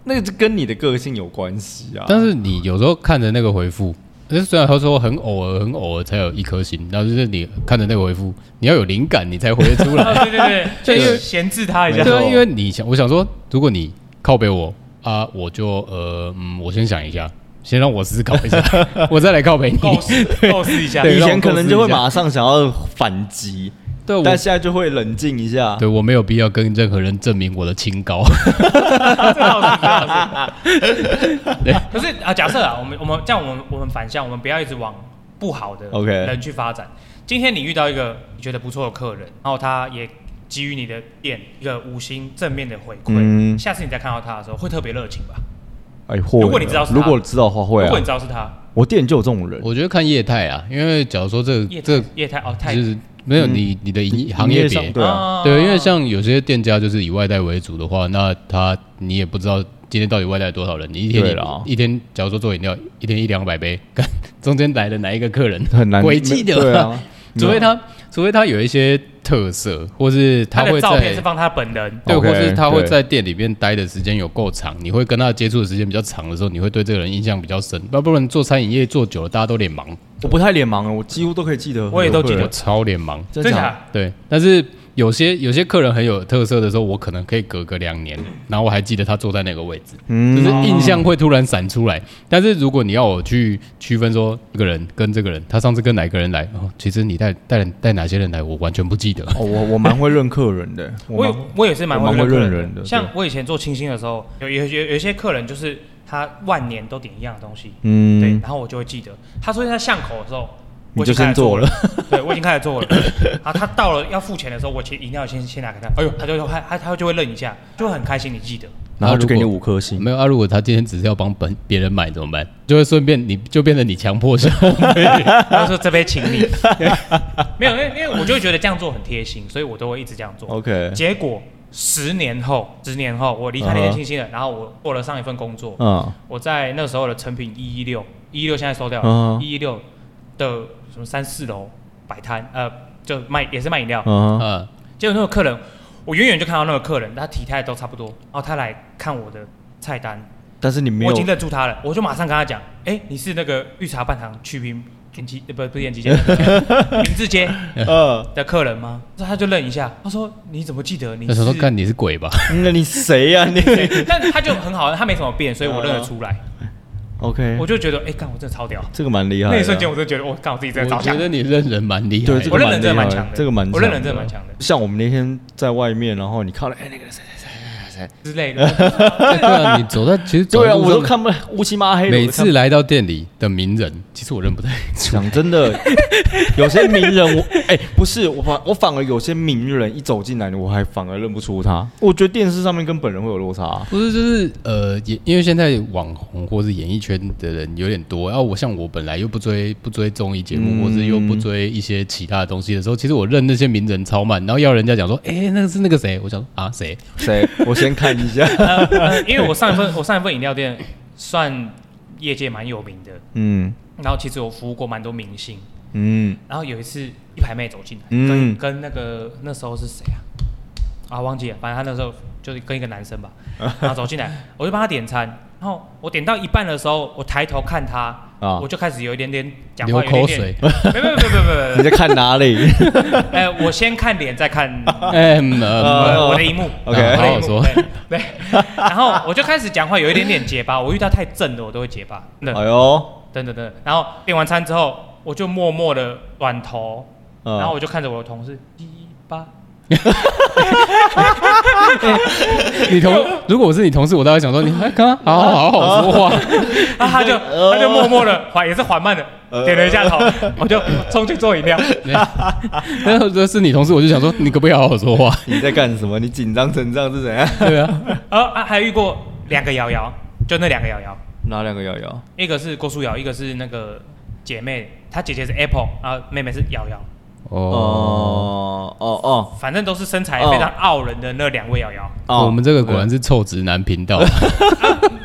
Speaker 3: 那个跟你的个性有关系 啊，
Speaker 2: 但是你有时候看着那个回复，呃虽然他说很偶尔、很偶尔才有一颗星，但是你看着那个回复，你要有灵感，你才回得 出来。
Speaker 1: 啊对对 对，
Speaker 2: 就
Speaker 1: 就是是闲置他一下
Speaker 3: 没。
Speaker 2: 对啊，
Speaker 3: 错
Speaker 2: 因为你想，我想说，如果你靠背我啊，我就呃，嗯，我先想一下，先让我思考一下， 我再来靠背你。
Speaker 3: 哦
Speaker 1: 构思 构思一下，
Speaker 2: 对
Speaker 3: 以
Speaker 2: 让
Speaker 3: 前
Speaker 2: 我
Speaker 3: 可
Speaker 2: 构
Speaker 3: 能
Speaker 2: 思
Speaker 3: 就
Speaker 2: 一
Speaker 3: 会
Speaker 2: 下
Speaker 3: 马上想要反击，
Speaker 2: 对，我
Speaker 3: 但现在就会冷静一下。
Speaker 2: 对我没有必要跟任何人证明我的清高。
Speaker 1: 这倒是，这倒是。 可是啊，假设啊，我们我们这样，我们我们反向，我们不要一直往不好的
Speaker 3: OK
Speaker 1: 人去发展。今天你遇到一个你觉得不错的客人，然后他也给予你的店一个五星正面的回馈，
Speaker 3: 嗯
Speaker 1: 下次你再看到他的时候会特别热情吧？
Speaker 3: 哎，会
Speaker 1: 如果你知道是他
Speaker 3: 如果知道的话会
Speaker 1: 如
Speaker 3: 啊
Speaker 1: 果你，知道是他，
Speaker 3: 我店就有这种人。
Speaker 2: 我觉得看业态啊，因为假如说这
Speaker 1: 业态
Speaker 2: 这
Speaker 1: 业态哦，太哦
Speaker 2: 就是没有你你的营行业别
Speaker 3: 嗯上，对啊，
Speaker 2: 对，因为像有些店家就是以外带为主的话，那他你也不知道今天到底外带多少人，你一天
Speaker 3: 对
Speaker 2: 你
Speaker 3: 啦
Speaker 2: 一天，假如说做饮料，一天一两百杯， 看中间来的哪一个客人，
Speaker 3: 很难
Speaker 2: 诡计的
Speaker 3: 对 啊，
Speaker 2: 除非他除非他有一些特色，或是
Speaker 1: 他
Speaker 2: 他
Speaker 1: 的
Speaker 2: 会
Speaker 1: 照片是
Speaker 2: 在。
Speaker 1: 放他本人，
Speaker 2: 对
Speaker 3: OK，
Speaker 2: 或是他会
Speaker 3: 对
Speaker 2: 在店里面待的时间有够长，你会跟他接触的时间比较长的时候，你会对这个人印象比较深。要不然做餐饮业做久了，大家都脸盲，
Speaker 3: 我不太脸盲了，啊我几乎都可以记得。
Speaker 1: 我也都记得
Speaker 2: 我超脸盲。
Speaker 3: 真
Speaker 1: 真
Speaker 3: 假？
Speaker 1: 假？
Speaker 2: 对，但是有些有些客人很有特色的时候，我可能可以隔个两年，然后我还记得他坐在那个位置，就
Speaker 3: 嗯
Speaker 2: 是印象会突然闪出来。但是如果你要我去区分说这个人跟这个人，他上次跟哪个人来，哦，其实你带带带哪些人来，我完全不记得。
Speaker 3: 哦，我我蛮会认客人的，
Speaker 1: 我
Speaker 3: 蛮
Speaker 1: 也我也是蛮
Speaker 3: 我蛮
Speaker 1: 会
Speaker 3: 会
Speaker 1: 认
Speaker 3: 认
Speaker 1: 客
Speaker 3: 人的对
Speaker 1: 像我以前做清新的时候，有有有有一些客人就是他万年都点一样的东西，对，
Speaker 3: 嗯
Speaker 1: 然，后我就会记得，他出现在巷口的时候，
Speaker 3: 你
Speaker 1: 我已
Speaker 3: 就
Speaker 1: 经开
Speaker 3: 先
Speaker 1: 始做
Speaker 3: 做了，，
Speaker 1: 对我已经开始做 了。啊，他到了要付钱的时候，我其实饮料先先拿给他，哎呦，他就他他他就会愣一下，就会很开心，你 记得。
Speaker 3: 然后就给你
Speaker 2: 如果
Speaker 3: 五颗星。
Speaker 2: 没有啊，如果他今天只是要帮本别人买怎么办？就会顺便你就变成你强迫性。
Speaker 1: 然后说这杯请你， 没有，因为因为我就会觉得这样做很贴心，所以我都会一直这样做。
Speaker 3: OK，
Speaker 1: 结果十年后，十年后我离开那
Speaker 3: 嗯
Speaker 1: 间
Speaker 3: 哼
Speaker 1: 清新了，然后我做了上一份工作，
Speaker 3: 嗯，
Speaker 1: 我在那时候的成品一一六，一一六现在收掉
Speaker 3: 嗯
Speaker 1: 了，
Speaker 3: 哼
Speaker 1: 一一六的什么三四楼摆摊，呃，就卖也是卖饮料，
Speaker 3: 嗯哼，
Speaker 2: 啊，
Speaker 1: 结果那个客人，我远远就看到那个客人，他体态都差不多，然后他来看我的菜单，
Speaker 3: 但是你没
Speaker 1: 我
Speaker 3: 有
Speaker 1: 已经认出他了，我就马上跟他讲，哎、你是那个御茶饭堂去冰延吉呃不不是延吉街， 明治街
Speaker 3: 呃，
Speaker 1: 的客人吗？那他就愣一下，他说你怎么记得你
Speaker 2: 那
Speaker 1: 是？
Speaker 2: 时候说干你是鬼吧？
Speaker 3: 那你谁呀、 你
Speaker 1: 对但他就很好，他没什么变，所以我认得 出来，
Speaker 3: ？OK，
Speaker 1: 我就觉得哎，干我真的超屌。
Speaker 3: 这个蛮厉害的。啊
Speaker 1: 那一瞬间我就觉得我干我自己真的超
Speaker 2: 我觉
Speaker 1: 强。
Speaker 2: 得你认人蛮厉害
Speaker 3: 对
Speaker 2: 的，
Speaker 3: 这
Speaker 1: 我
Speaker 3: 个
Speaker 1: 认人真的蛮
Speaker 3: 蛮厉害
Speaker 1: 强的，
Speaker 3: 这个蛮
Speaker 1: 我认人
Speaker 3: 强
Speaker 1: 真的
Speaker 3: 的
Speaker 1: 蛮强的
Speaker 3: 像我们那天在外面，然后你看了，哎、那个谁谁谁谁谁，
Speaker 1: 之类的。
Speaker 2: 对啊，你走在其实走
Speaker 3: 对
Speaker 2: 在
Speaker 3: 啊，
Speaker 2: 路
Speaker 3: 我
Speaker 2: 上
Speaker 3: 都看不乌漆嘛黑的。
Speaker 2: 每
Speaker 3: 我都看
Speaker 2: 次来到店里的名人，其实我认 不太出。
Speaker 3: 讲真的， 有些名人我哎、不是我反我反而有些名人一走进来，我还反而认不出他。我觉得电视上面跟本人会有落差、啊
Speaker 2: 不是，就是呃，也因为现在网红或是演艺圈的人有点多，然、后我像我本来又不追不追综艺节目，
Speaker 3: 嗯
Speaker 2: 或是又不追一些其他的东西的时候，其实我认那些名人超慢，然后要人家讲说，哎、那个是那个谁，我想说啊谁，
Speaker 3: 谁？ 我先看一下。
Speaker 1: 呃呃因为我上一份我上一份饮料店算业界蛮有名的，
Speaker 3: 嗯
Speaker 1: 然后其实我服务过蛮多明星。
Speaker 3: 嗯
Speaker 1: 然后有一次一排妹走进来，
Speaker 3: 嗯
Speaker 1: 跟跟那个那时候是谁啊？啊，忘记了，反正他那时候就是跟一个男生吧，然后走进来，我就帮他点餐，然后我点到一半的时候，我抬头看他，
Speaker 3: 啊
Speaker 1: 我就开始有一点点讲
Speaker 2: 流
Speaker 1: 话，
Speaker 2: 口
Speaker 1: 有一点
Speaker 2: 水
Speaker 1: 点，，没没没没没
Speaker 3: 你在看哪 里？
Speaker 1: 没，哎，我先看脸，再看
Speaker 2: 哎、 嗯呃
Speaker 1: 我我的荧幕
Speaker 3: OK
Speaker 1: 我的荧幕
Speaker 2: 好好说
Speaker 1: 对对， 然后我就开始讲话，有一点点结巴，我遇到太正的我都会结巴，真
Speaker 3: 哎
Speaker 1: 的
Speaker 3: 呦，
Speaker 1: 真的真的，然后点完餐之后，我就默默的转头，
Speaker 3: 嗯
Speaker 1: 然后我就看着我的同事，一 八，
Speaker 2: 你同如果我是你同事，我大概想说你哎干嘛？好好好好说 话，
Speaker 1: 然后啊他就
Speaker 3: 呃
Speaker 1: 他就默默的缓也是缓慢的
Speaker 3: 呃
Speaker 1: 点了一下头，我就冲去做饮料，
Speaker 2: 然后如果是你同事，我就想说你可不可以好好说话？
Speaker 3: 你在干什么？你紧张成这样是怎样？
Speaker 2: 对啊，
Speaker 1: 然后啊还遇过两个瑶瑶，就那两个瑶瑶，
Speaker 3: 哪两个瑶瑶？
Speaker 1: 一个是郭书瑶，一个是那个姐妹，她姐姐是 Apple，然后妹妹是瑶瑶，
Speaker 2: 哦。
Speaker 3: 哦哦哦
Speaker 1: 反正都是身材
Speaker 3: 哦
Speaker 1: 非常傲人的那两位瑶瑶。
Speaker 3: 哦，
Speaker 2: 我们这个果然是臭直男频道，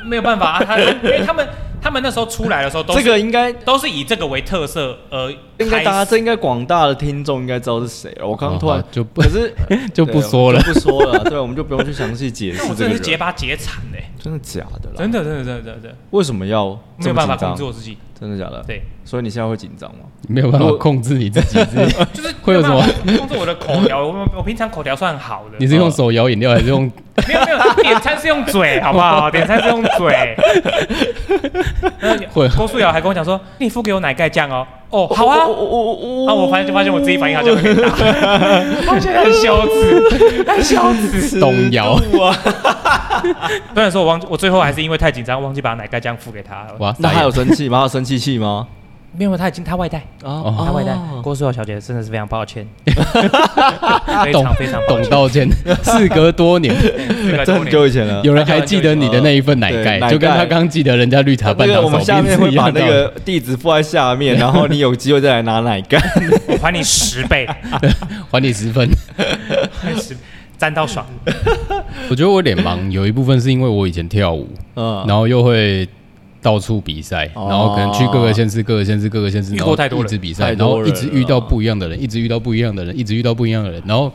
Speaker 1: 没有办法啊，他因为他们他们那时候出来的时候都
Speaker 3: 这
Speaker 1: 是
Speaker 3: 个应该
Speaker 1: 都是以这个为特色而
Speaker 3: 应该大家
Speaker 1: 开
Speaker 3: 这
Speaker 1: 始。
Speaker 3: 应该广大的听众应该知道是谁了。我刚刚突
Speaker 2: 哦
Speaker 3: 然
Speaker 2: 好就不
Speaker 3: 可是
Speaker 2: 就不说了
Speaker 3: 对就不说了，对，我们就不用去详细解
Speaker 1: 那我
Speaker 3: 释这
Speaker 1: 真
Speaker 3: 个
Speaker 1: 的是结
Speaker 3: 人。
Speaker 1: 巴结惨嘞、
Speaker 3: 真的假的啦？
Speaker 1: 真的真的真的真的真的
Speaker 3: 为什么要
Speaker 1: 没
Speaker 3: 这
Speaker 1: 有
Speaker 3: 么
Speaker 1: 办法
Speaker 3: 紧
Speaker 1: 控
Speaker 3: 张
Speaker 1: 制？我自己。
Speaker 3: 真的假的？
Speaker 1: 对，
Speaker 3: 所以你现在会紧张吗？
Speaker 2: 没有办法控制你自己。自己
Speaker 1: 就是
Speaker 2: 会有什么
Speaker 1: 没办法控制我的口条？我我平常口条算好的
Speaker 2: 你，是用手摇饮料还是用？
Speaker 1: 没有没有点餐是用 嘴，好不好？点餐是用嘴。然后
Speaker 2: 会
Speaker 1: 郭素瑶还跟我讲说：“你付给我奶盖酱哦。”哦，好啊。
Speaker 3: 我我我
Speaker 1: 啊！我发现就发现我自己反应好像有点 大，我觉得很羞耻，很羞耻。
Speaker 2: 动摇
Speaker 3: 啊！
Speaker 1: 虽然说我忘记，我最后还是因为太紧张，忘记把奶盖酱付给他了。
Speaker 2: 哇，
Speaker 3: 那还有
Speaker 2: 傻眼
Speaker 3: 生气吗？还有生气气吗？
Speaker 1: 没有，他已经他外带，
Speaker 2: 哦
Speaker 3: 啊
Speaker 1: 他外带。郭书瑶小姐真的是非常抱歉，非
Speaker 2: 懂
Speaker 1: 常非常抱
Speaker 2: 懂
Speaker 1: 歉。
Speaker 2: 道歉，事隔多年，
Speaker 1: 这个
Speaker 3: 这
Speaker 1: 多
Speaker 3: 很
Speaker 1: 年
Speaker 3: 久以前了。
Speaker 2: 有人还记得你的那一份奶
Speaker 3: 对奶
Speaker 2: 盖，
Speaker 3: 盖
Speaker 2: 就跟他刚记得人家绿茶
Speaker 3: 那
Speaker 2: 半
Speaker 3: 个
Speaker 2: 岛
Speaker 3: 我们下
Speaker 2: 手
Speaker 3: 面
Speaker 2: 边是
Speaker 3: 会
Speaker 2: 一
Speaker 3: 把
Speaker 2: 样
Speaker 3: 那
Speaker 2: 的。
Speaker 3: 个地址附在下面，然后你有机会再来拿奶盖。
Speaker 1: 我还你十倍，
Speaker 2: 还你十分。
Speaker 1: 还十沾到爽。
Speaker 2: 我觉得我脸盲有一部分是因为我以前跳舞，
Speaker 1: 啊
Speaker 3: 嗯，
Speaker 2: 然后又会到处比赛，
Speaker 3: 哦
Speaker 2: 然后可能去各个县市、各个县市、各个县市，
Speaker 1: 遇
Speaker 2: 然
Speaker 1: 过
Speaker 2: 后
Speaker 1: 太多
Speaker 2: 一
Speaker 1: 人嗯
Speaker 2: 直比赛，
Speaker 3: 太
Speaker 2: 然
Speaker 3: 多
Speaker 2: 后
Speaker 3: 人
Speaker 2: 一直遇
Speaker 3: 了
Speaker 2: 到不一样的人，一直遇到不一样的人，一直遇到不一样的人，然后。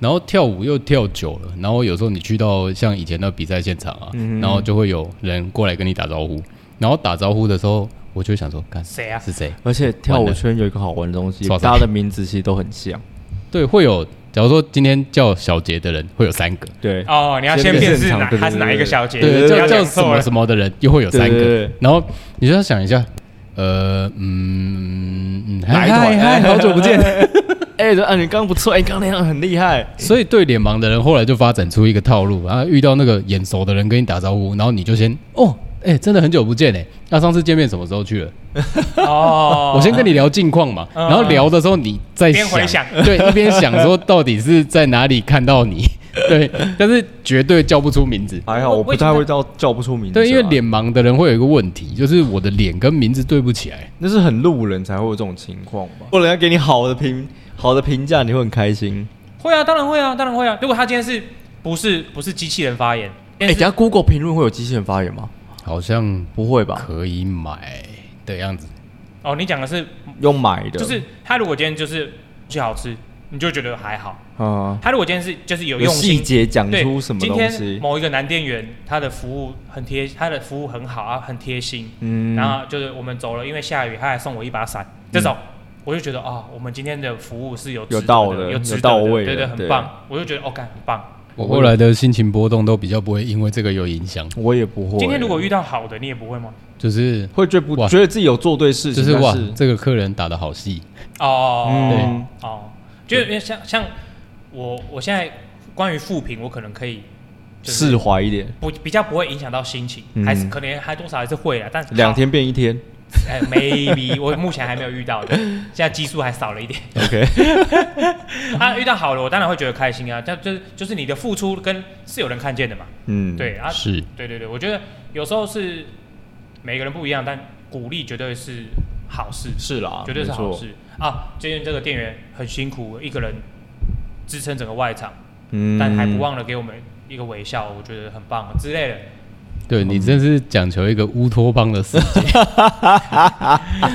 Speaker 2: 然后跳舞又跳久了，然后有时候你去到像以前的比赛现场啊，
Speaker 1: 嗯
Speaker 2: 然后就会有人过来跟你打招呼，然后打招呼的时候，我就会想说，看
Speaker 1: 谁啊
Speaker 2: 是谁？
Speaker 3: 而且跳舞圈有一个好玩的东西，
Speaker 2: 完了
Speaker 3: 大家的名字其实都很像。
Speaker 2: 对，会有，假如说今天叫小杰的人会有三个，
Speaker 3: 对，
Speaker 1: 哦，你要先辨识哪
Speaker 3: 对对对对
Speaker 1: 他是哪一个小姐，
Speaker 3: 对
Speaker 1: 不
Speaker 2: 叫
Speaker 1: 要
Speaker 2: 叫
Speaker 1: 讲
Speaker 2: 什
Speaker 1: 错
Speaker 2: 么
Speaker 1: 了。
Speaker 2: 什么的人又会有三
Speaker 3: 对对
Speaker 2: 个
Speaker 3: 对，
Speaker 2: 然后你就要想一下，呃，嗯，嗯
Speaker 3: 哪一团
Speaker 2: 嗨嗨，好久不见。
Speaker 3: 哎，啊，你刚刚不错，哎，刚刚那样很厉害。
Speaker 2: 所以对脸盲的人后来就发展出一个套路，然后遇到那个眼熟的人跟你打招呼，然后你就先哦，哎、真的很久不见哎、那、上次见面什么时候去了？
Speaker 1: 哦，
Speaker 2: 我先跟你聊近况嘛，
Speaker 1: 嗯
Speaker 2: 然后聊的时候你再
Speaker 1: 边回想
Speaker 2: 对，一边想说到底是在哪里看到你， 对，但是绝对叫不出名字。
Speaker 3: 还好
Speaker 1: 我
Speaker 3: 我不太会叫叫不出名字啊，
Speaker 2: 对，因为脸盲的人会有一个问题，就是我的脸跟名字对不起来。
Speaker 3: 那是很路人才会有这种情况吧？或者要给你好的评好的评价，你会很开心。
Speaker 1: 会啊，当然会啊，当然会啊。如果他今天是不是不是机器人发言？
Speaker 3: 哎，等下 Google 评论会有机器人发言吗？
Speaker 2: 好像
Speaker 3: 不会吧？
Speaker 2: 可以买的样子，
Speaker 1: 哦，你讲的是
Speaker 3: 用买的，
Speaker 1: 就是他如果今天就是去好吃，你就觉得还好，
Speaker 3: 啊，
Speaker 1: 他如果今天是就是有
Speaker 3: 有
Speaker 1: 用
Speaker 3: 细
Speaker 1: 心
Speaker 3: 节讲
Speaker 1: 对，
Speaker 3: 出什么
Speaker 1: 今
Speaker 3: 东
Speaker 1: 天
Speaker 3: 西，
Speaker 1: 某一个男店员，他的服务很贴，他的服务很好啊，很贴心。
Speaker 3: 嗯，
Speaker 1: 然后就是我们走了，因为下雨，他还送我一把伞，这种、我就觉得哦，我们今天的服务是有值得
Speaker 3: 有到的
Speaker 1: 的，
Speaker 3: 有
Speaker 1: 值得的
Speaker 3: 到位的
Speaker 1: 对对，
Speaker 3: 对
Speaker 1: 很棒。我就觉得哦，干很棒。
Speaker 2: 我后来的心情波动都比较不会因为这个有影响，
Speaker 3: 我也不会。
Speaker 1: 今天如果遇到好的，你也不会吗？
Speaker 2: 就是
Speaker 3: 会觉得不
Speaker 2: 哇
Speaker 3: 觉得自己有做对事
Speaker 2: 就
Speaker 3: 情，
Speaker 2: 是
Speaker 3: 但
Speaker 2: 哇，这个客人打的好细，
Speaker 1: 哦，
Speaker 3: 嗯
Speaker 1: 哦，就是因为像像我我现在关于复评，我可能可以就是
Speaker 3: 释怀一点，
Speaker 1: 不比较不会影响到心情，
Speaker 3: 嗯
Speaker 1: 还是可能还多少还是会啦，啊但是
Speaker 3: 两天变一天。
Speaker 1: 哎，maybe 我目前还没有遇到的，现在基数还少了一点。
Speaker 3: OK，
Speaker 1: 啊，遇到好了，我当然会觉得开心啊。但就是就是你的付出跟是有人看见的嘛。
Speaker 3: 嗯，
Speaker 1: 对啊，
Speaker 2: 是
Speaker 1: 对对对，我觉得有时候是每个人不一样，但鼓励绝对是好事，
Speaker 3: 是啦，
Speaker 1: 绝对是
Speaker 3: 没错
Speaker 1: 好。事啊。最近这个店员很辛苦，一个人支撑整个外场，
Speaker 3: 嗯
Speaker 1: 但还不忘了给我们一个微笑，我觉得很棒之类的。
Speaker 3: 嗯
Speaker 2: 对你真是讲求一个乌托邦的世界。